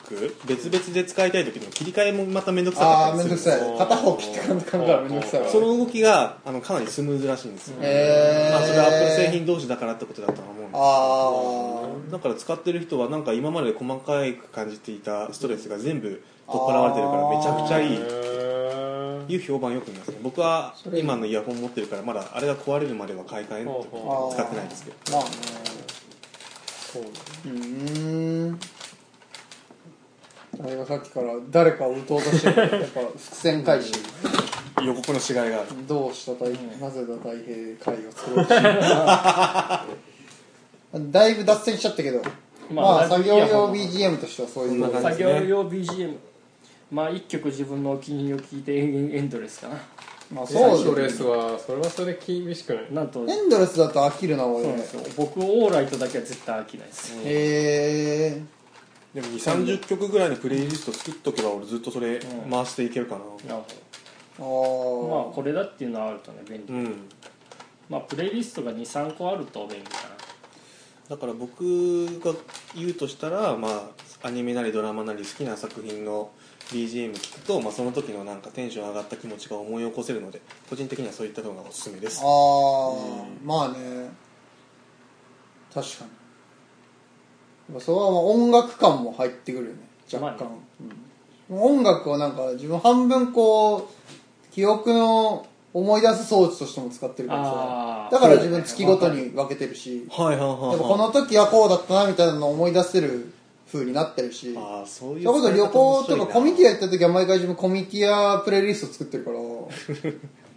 Speaker 3: 別々で使いたい時の切り替えもまた面倒くさか
Speaker 2: ああ
Speaker 3: った
Speaker 2: めん
Speaker 3: り
Speaker 2: どく
Speaker 3: する
Speaker 2: さ
Speaker 3: んですよ
Speaker 2: い片方切ってかんとかんからめんどくさいわ
Speaker 5: あー
Speaker 3: その動きがあのかなりスムーズらしいんですよ、
Speaker 2: へえ
Speaker 3: まあ、それはアップル製品同士だからってことだとは思うんですけど
Speaker 2: あ
Speaker 3: だから使ってる人はなんか今まで細かい感じていたストレスが全部取っ払われてるからめちゃくちゃいい
Speaker 5: へー
Speaker 3: いう評判よく見ますね僕は
Speaker 2: れ
Speaker 3: 今のイヤホン持ってるからまだあれが壊れるまでは買い替え
Speaker 5: ほ
Speaker 3: と
Speaker 5: う
Speaker 2: あ
Speaker 5: ほ
Speaker 2: ああ
Speaker 3: 使ってないですけど
Speaker 2: まあね
Speaker 5: そうなんだ
Speaker 2: うーんあれがさっきから誰かを打とうとしてるけどやっぱ伏線回収
Speaker 3: 予告の違いがある
Speaker 2: どうした太平なぜだ太平会を作ろうとしてるのか <laughs> なだいぶ脱線しちゃったけどま
Speaker 1: ま
Speaker 2: あ、
Speaker 1: あ
Speaker 2: 作業用 BGM としてはそういう
Speaker 3: そんな感
Speaker 1: 作業用 BGM まあ一曲自分のお気に入りを聴いて永遠エンドレスかな
Speaker 2: まあ
Speaker 5: そう
Speaker 2: そうだ
Speaker 5: レ
Speaker 2: よ
Speaker 5: ス
Speaker 2: ね
Speaker 5: はそれはそれで厳しくない
Speaker 1: なんと
Speaker 2: エンドレスだと飽きるな俺
Speaker 1: そうなんですよ僕オーライトだけは絶対飽きないです、
Speaker 2: へえ
Speaker 3: でも2 3 0曲ぐらいのプレイリスト作っとけば俺ずっとそれ回していけるかな
Speaker 1: なるほ
Speaker 2: あ
Speaker 1: ど
Speaker 2: ー
Speaker 1: まあこれだっていうのはあるとね便利、
Speaker 3: うん、
Speaker 1: まあプレイリストが23個あると便利か
Speaker 3: だから僕が言うとしたら、まあ、アニメなりドラマなり好きな作品の BGM 聞くと、まあ、その時のなんかテンション上がった気持ちが思い起こせるので個人的にはそういったのがおすすめです
Speaker 2: あー、まあね確かにやっぱそれはまあ音楽感も入ってくるよね若干、
Speaker 1: ま
Speaker 2: うん音楽をなんか自分半分こう記憶の思い出す装置としても使ってるからさ
Speaker 1: あー
Speaker 2: だから自分月ごとに分けてるし
Speaker 3: はいはい
Speaker 2: や
Speaker 3: は
Speaker 2: っ
Speaker 3: い、
Speaker 2: ぱこの時はこうだったなみたいなのを思い出せる風になってるし
Speaker 3: ああそういう
Speaker 2: それこそ旅行とかコミティ
Speaker 3: ア
Speaker 2: ア行った時は毎回自分コミティアプレイリスト作ってる
Speaker 3: <laughs>
Speaker 2: から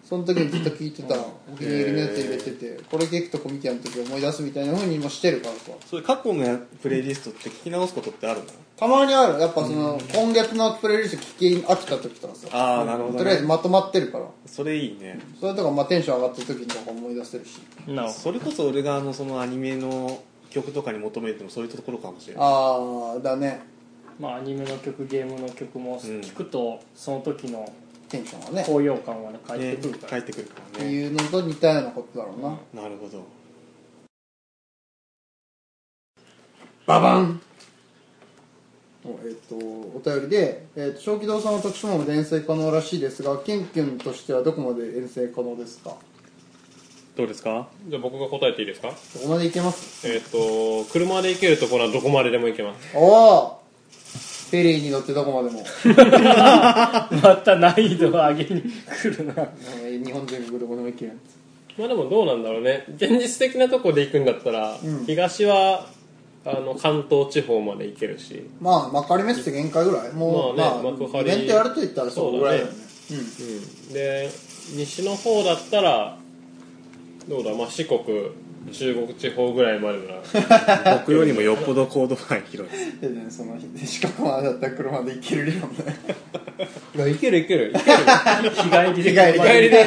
Speaker 2: その時にずっと聞いてたお気に入りのやつ入れててこれ聞くとコミティアの時思い出すみたいな風にもしてるからさ
Speaker 3: それ過去のやプレイリストって聞き直すことってあるの
Speaker 2: たまにあるやっぱその今月のプレイリスト聞き飽きた時とかさ
Speaker 3: ああなるほど、ね、
Speaker 2: とりあえずまとまってるから
Speaker 3: それいいね
Speaker 2: それとかまあテンション上がった時とか思い出せるし
Speaker 1: ななるほど
Speaker 3: それこそ俺があのそのアニメの曲とかに求めてもそういうところかもしれない
Speaker 2: ああだね
Speaker 1: まあアニメの曲ゲームの曲も
Speaker 3: ん
Speaker 1: 聞くとその時の
Speaker 2: テンションはねっ
Speaker 1: 高揚感はね返って
Speaker 3: ね
Speaker 1: くるか
Speaker 3: 帰
Speaker 1: ら、
Speaker 3: ってくるから
Speaker 2: て
Speaker 3: ね
Speaker 2: いうのと似たようなことだろうな、
Speaker 3: なるほど
Speaker 2: ババンおえっ、とお便りで、えーと小気道さんは特殊能力で遠征可能らしいですがキュンキュンとしてはどこまで遠征可能ですかこ
Speaker 3: どうです <laughs> か
Speaker 5: じゃあ僕が答えていいですか
Speaker 2: こまでいけます
Speaker 5: えっ、と車で行けるところはどこまででも行けます
Speaker 2: おおフェリーに乗ってどこまでも <laughs>
Speaker 1: また難易度を上げにくるな
Speaker 2: えー日本全国どこでも行ける
Speaker 5: まあでもどうなんだろうね現実的なとこで行くんだったら、東はあの関東地方まで行けるし
Speaker 2: まあ幕張メッセ限界ぐらいもう、
Speaker 5: ま
Speaker 2: ま
Speaker 5: あ
Speaker 2: あ
Speaker 5: ね幕張
Speaker 2: イベントやると言ったらそこぐらいだよね
Speaker 5: で西の方だったらどうだ、まあ、四国中国地方ぐらいまでなら
Speaker 3: 僕よりもよっぽど行動範囲広いです
Speaker 2: でねその四角までだったら車で行ける理論だよ
Speaker 5: <laughs> いやいけるいけ <laughs> るいける
Speaker 1: 日帰りで
Speaker 2: <laughs> 日帰り
Speaker 5: 意外で意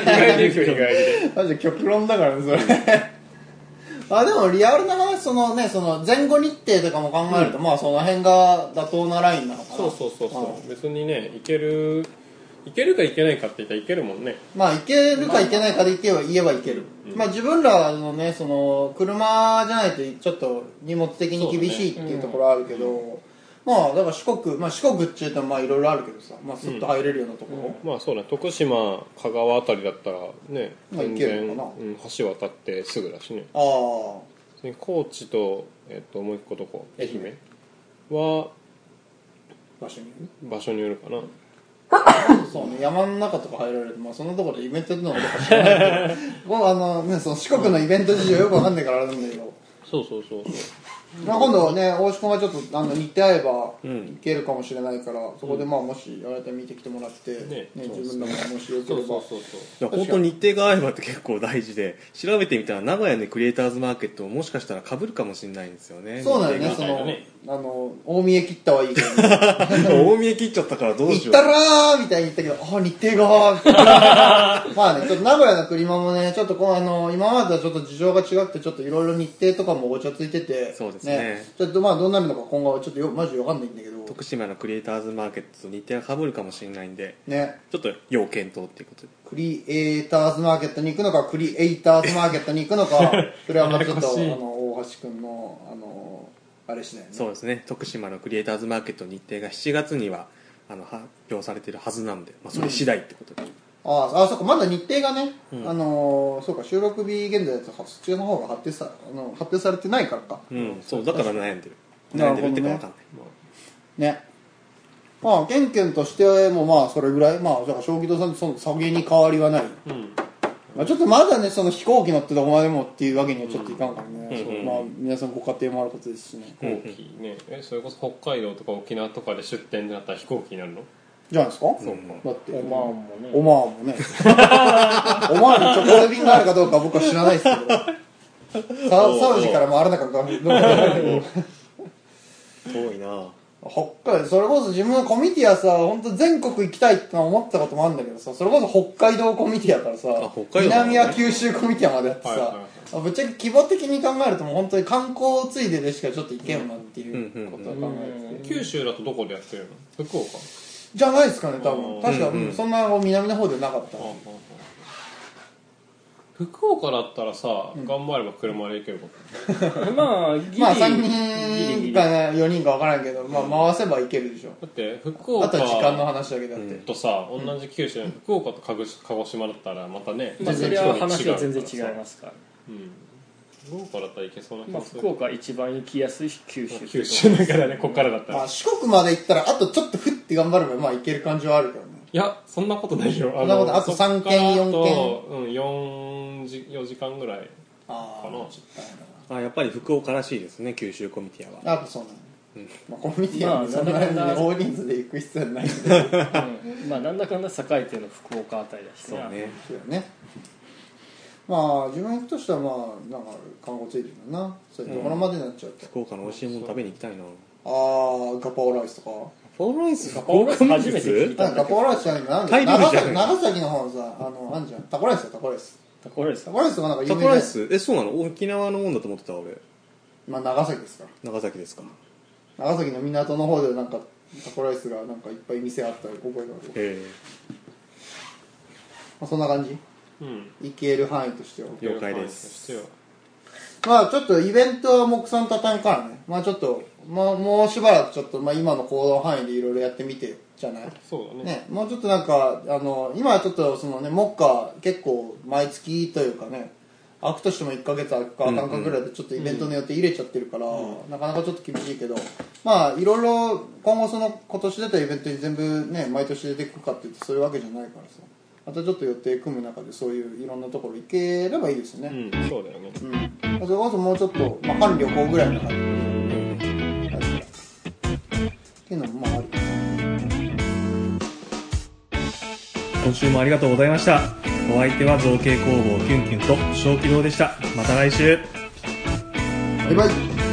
Speaker 5: 外でいくよ意外で
Speaker 2: マジで極論だからねそれあでもリアルな話そのねその前後日程とかも考えると、まあその辺が妥当なラインなのかな
Speaker 5: そうそうそうそう別にねいけるいけるかいけないかって言ったらいけるもんね
Speaker 2: まあ行けるか行けないかで行けば言えば行ける、まあ自分らのねその車じゃないとちょっと荷物的に厳しいっていうところはあるけど、まあだから四国まあ四国っていうとまあいろいろあるけどさまあスッと入れるようなところ、
Speaker 5: まあそうね徳島香川あたりだったらね
Speaker 2: まあ
Speaker 5: 全
Speaker 2: いける
Speaker 5: 然、
Speaker 2: のか
Speaker 5: う
Speaker 2: な
Speaker 5: ん、橋渡ってすぐだしね
Speaker 2: ああ
Speaker 5: 別に高知と、えっと、もう一個どこ愛媛は
Speaker 2: 場所による
Speaker 5: 場所によるかな
Speaker 2: そうね、山の中とか入られて、まあ、そんなところでイベントやってるのかどうか知
Speaker 5: <laughs>
Speaker 2: らないけどもうあの、ね、その四国のイベント事情よくわかんないからあれなんだけど、
Speaker 5: そうそうそうそう
Speaker 2: まあ、今度はね大志君がちょっとあの似て合えば
Speaker 3: ん
Speaker 2: いけるかもしれないから、そこでまあもしあれたら見てきてもらって、ね
Speaker 5: ね
Speaker 2: 自分らももしよけ
Speaker 5: そ
Speaker 2: れ
Speaker 5: うそ
Speaker 2: ば
Speaker 5: うそうそう
Speaker 3: だから本当に日程が合えばって結構大事で調べてみたら名古屋のクリエイターズマーケットももしかしたら被るかもしれないんですよね
Speaker 2: そうなんよね
Speaker 3: 日
Speaker 2: そ
Speaker 3: 程が
Speaker 2: の
Speaker 5: ね
Speaker 2: あの大見え切ったはいいけど行
Speaker 3: <laughs> 大見え切っちゃったからどうし
Speaker 2: っ
Speaker 3: よう
Speaker 2: たらーみたいに言ったけどあ日程がーみたい
Speaker 3: <laughs>
Speaker 2: なまあねちょっと名古屋のクリマもねちょっとこうあの今までとはちょっと事情が違ってちょっといろいろ日程とかもごちゃついてて
Speaker 3: そうですね
Speaker 2: ちょっとまあどうなるのか今後はちょっとよマジわかんないんだけど
Speaker 3: 徳島のクリエイターズマーケットと日程が被るかもしれないんで
Speaker 2: ね
Speaker 3: ちょっと要検討っていうことで
Speaker 2: クリエイターズマーケットに行くのかクリエイターズマーケットに行くの
Speaker 3: <laughs>
Speaker 2: かそれはまあちょっとあの大橋君のあのあれしないね
Speaker 3: そうですね徳島のクリエイターズマーケットの日程が7月にはあの発表されてるはずなんで、まあ、それ次第ってことで、
Speaker 2: あああそうかまだ日程がね、あのーそうか収録日現在だとそっちの方が発表さあの発表されてないからか
Speaker 3: うん、そうだから悩んでる
Speaker 2: な
Speaker 3: 悩
Speaker 2: る
Speaker 3: ん
Speaker 2: ほ
Speaker 3: で
Speaker 2: どね
Speaker 3: るってか分かんない、
Speaker 2: ねまあケンケンとしてもまあそれぐらいまあだから正気堂さんとその下げに変わりはない、まあ、ちょっとまだねその飛行機乗ってどこまでもっていうわけにはちょっといかんからね、そうまあ皆さんご家庭もあることですしね、
Speaker 5: 飛行機ねえそれこそ北海道とか沖縄とかで出店になったら飛行機になるの
Speaker 2: じゃないですか
Speaker 3: そうか
Speaker 2: だって
Speaker 1: オマーンもね
Speaker 2: オマーンもねオマーンに直行便があるかどうかは僕は知らないですけど
Speaker 3: <laughs>
Speaker 2: ササウジから回らなかったから
Speaker 3: 遠いな
Speaker 2: 北海道それこそ自分のコミティアさ本当全国行きたいってのは思ったこともあるんだけどさそれこそ北海道コミティアからさ、
Speaker 3: あ北海道なんだね
Speaker 2: 南は九州コミティアまでやってさ、
Speaker 5: はいはい
Speaker 2: ぶっちゃけ規模的に考えるともう本当に観光ついででしかちょっと行けんなっていうことは考えてて、
Speaker 5: 九州だとどこでやってるの福岡
Speaker 2: じゃないですかね多
Speaker 5: う
Speaker 2: 分
Speaker 5: ん
Speaker 2: 確か、うんそんな南の方でなかった、
Speaker 5: 福岡だったらさ、頑張れば車で行けるか
Speaker 1: まあギリ
Speaker 2: まあ3
Speaker 1: ギリギ
Speaker 2: 人
Speaker 1: リ
Speaker 2: かな4人か分からんけど、まあ、回せばいけるでしょ
Speaker 5: だって福
Speaker 2: あ
Speaker 5: 岡
Speaker 2: とは時間の話だけだって、
Speaker 5: とさ同じ九州の福岡と鹿児鹿児島だったらまたね
Speaker 1: まあそ
Speaker 5: 全
Speaker 1: れ
Speaker 5: 然
Speaker 1: は
Speaker 5: 違うからさ
Speaker 1: 話は全然違いますから、
Speaker 5: うん福岡だったらいけそうな気
Speaker 1: まあ、
Speaker 5: がする
Speaker 1: 福岡は一番行きやすい九州
Speaker 5: 九州だからねこっからだった
Speaker 2: ま
Speaker 5: ら
Speaker 2: あ、
Speaker 5: い
Speaker 2: 四国まで行ったらあとちょっとふって頑張ればまあいける感じはあるけどね
Speaker 5: やそんなことないよあ
Speaker 2: んなことあと
Speaker 5: そっ
Speaker 2: 3
Speaker 5: から
Speaker 2: 軒
Speaker 5: あとうん4時4時間ぐらい
Speaker 2: あ
Speaker 5: かな
Speaker 3: あやっぱり福岡らしいですね九州コミティアは
Speaker 2: あとそうなの、まあ、コミュニティアにそんなにね
Speaker 1: まあなんだかんだ
Speaker 2: 大人数で行く必要はないんだけど
Speaker 1: うんまあなんだかんだ栄えてるの福岡あたりだし
Speaker 3: そうね
Speaker 2: そうだねまあ自分行くとしたらまあなんか観光ついてるんだなそういうところまでになっちゃうと、
Speaker 3: 福岡の美味しいもの食べに行きたいな
Speaker 2: ああガパオライスとか
Speaker 3: フォーライス
Speaker 1: ガパオライス初めて聞い
Speaker 2: な
Speaker 1: た
Speaker 2: んかガ
Speaker 1: んだけ
Speaker 2: パ
Speaker 1: ど
Speaker 2: オライスじゃないなん
Speaker 3: タ
Speaker 2: だ
Speaker 3: イ料理
Speaker 2: 長
Speaker 3: じゃな
Speaker 2: 崎
Speaker 3: い
Speaker 2: 長崎の方のさあのあんじゃんタコライスだタコライス
Speaker 1: タコライス
Speaker 2: タ
Speaker 1: さ
Speaker 2: コライスがなんか有
Speaker 3: タ
Speaker 2: 名
Speaker 3: コラ
Speaker 2: で
Speaker 3: イ
Speaker 2: す
Speaker 3: スえそうなの沖縄のもんだと思ってた俺
Speaker 2: まあ長崎ですから
Speaker 3: 長崎ですか
Speaker 2: 長崎の港の方でなんかタコライスがなんかいっぱい店あった覚えがある
Speaker 3: え
Speaker 2: まあ、そんな感じ
Speaker 5: うん
Speaker 2: いける範囲としては
Speaker 3: 了解です
Speaker 5: 了解
Speaker 2: まあちょっとイベントは目算畳むからねまあちょっと、まあ、もうしばらくちょっと、まあ、今の行動範囲でいろいろやってみてよじゃない
Speaker 5: そうだね
Speaker 2: ね、もうちょっとなんかあの今はちょっとそのね目下結構毎月というかね開くとしても1ヶ月開くか開かんかぐらいでちょっとイベントの予定入れちゃってるから、なかなかちょっと厳しいけどまあいろいろ今後その今年出たイベントに全部ね毎年出てくかって言ってそういうわけじゃないからさまたちょっと予定組む中でそういういろんなところ行ければいいですよね、
Speaker 5: うんそうだよね
Speaker 2: うんまあそれこそもうちょっと、まあ、半旅行ぐらいの感じやつっていうのもまあありかな
Speaker 3: 今週もありがとうございましたお相手は造形工房キュンキュンと小気道でしたまた来週
Speaker 2: バイバイ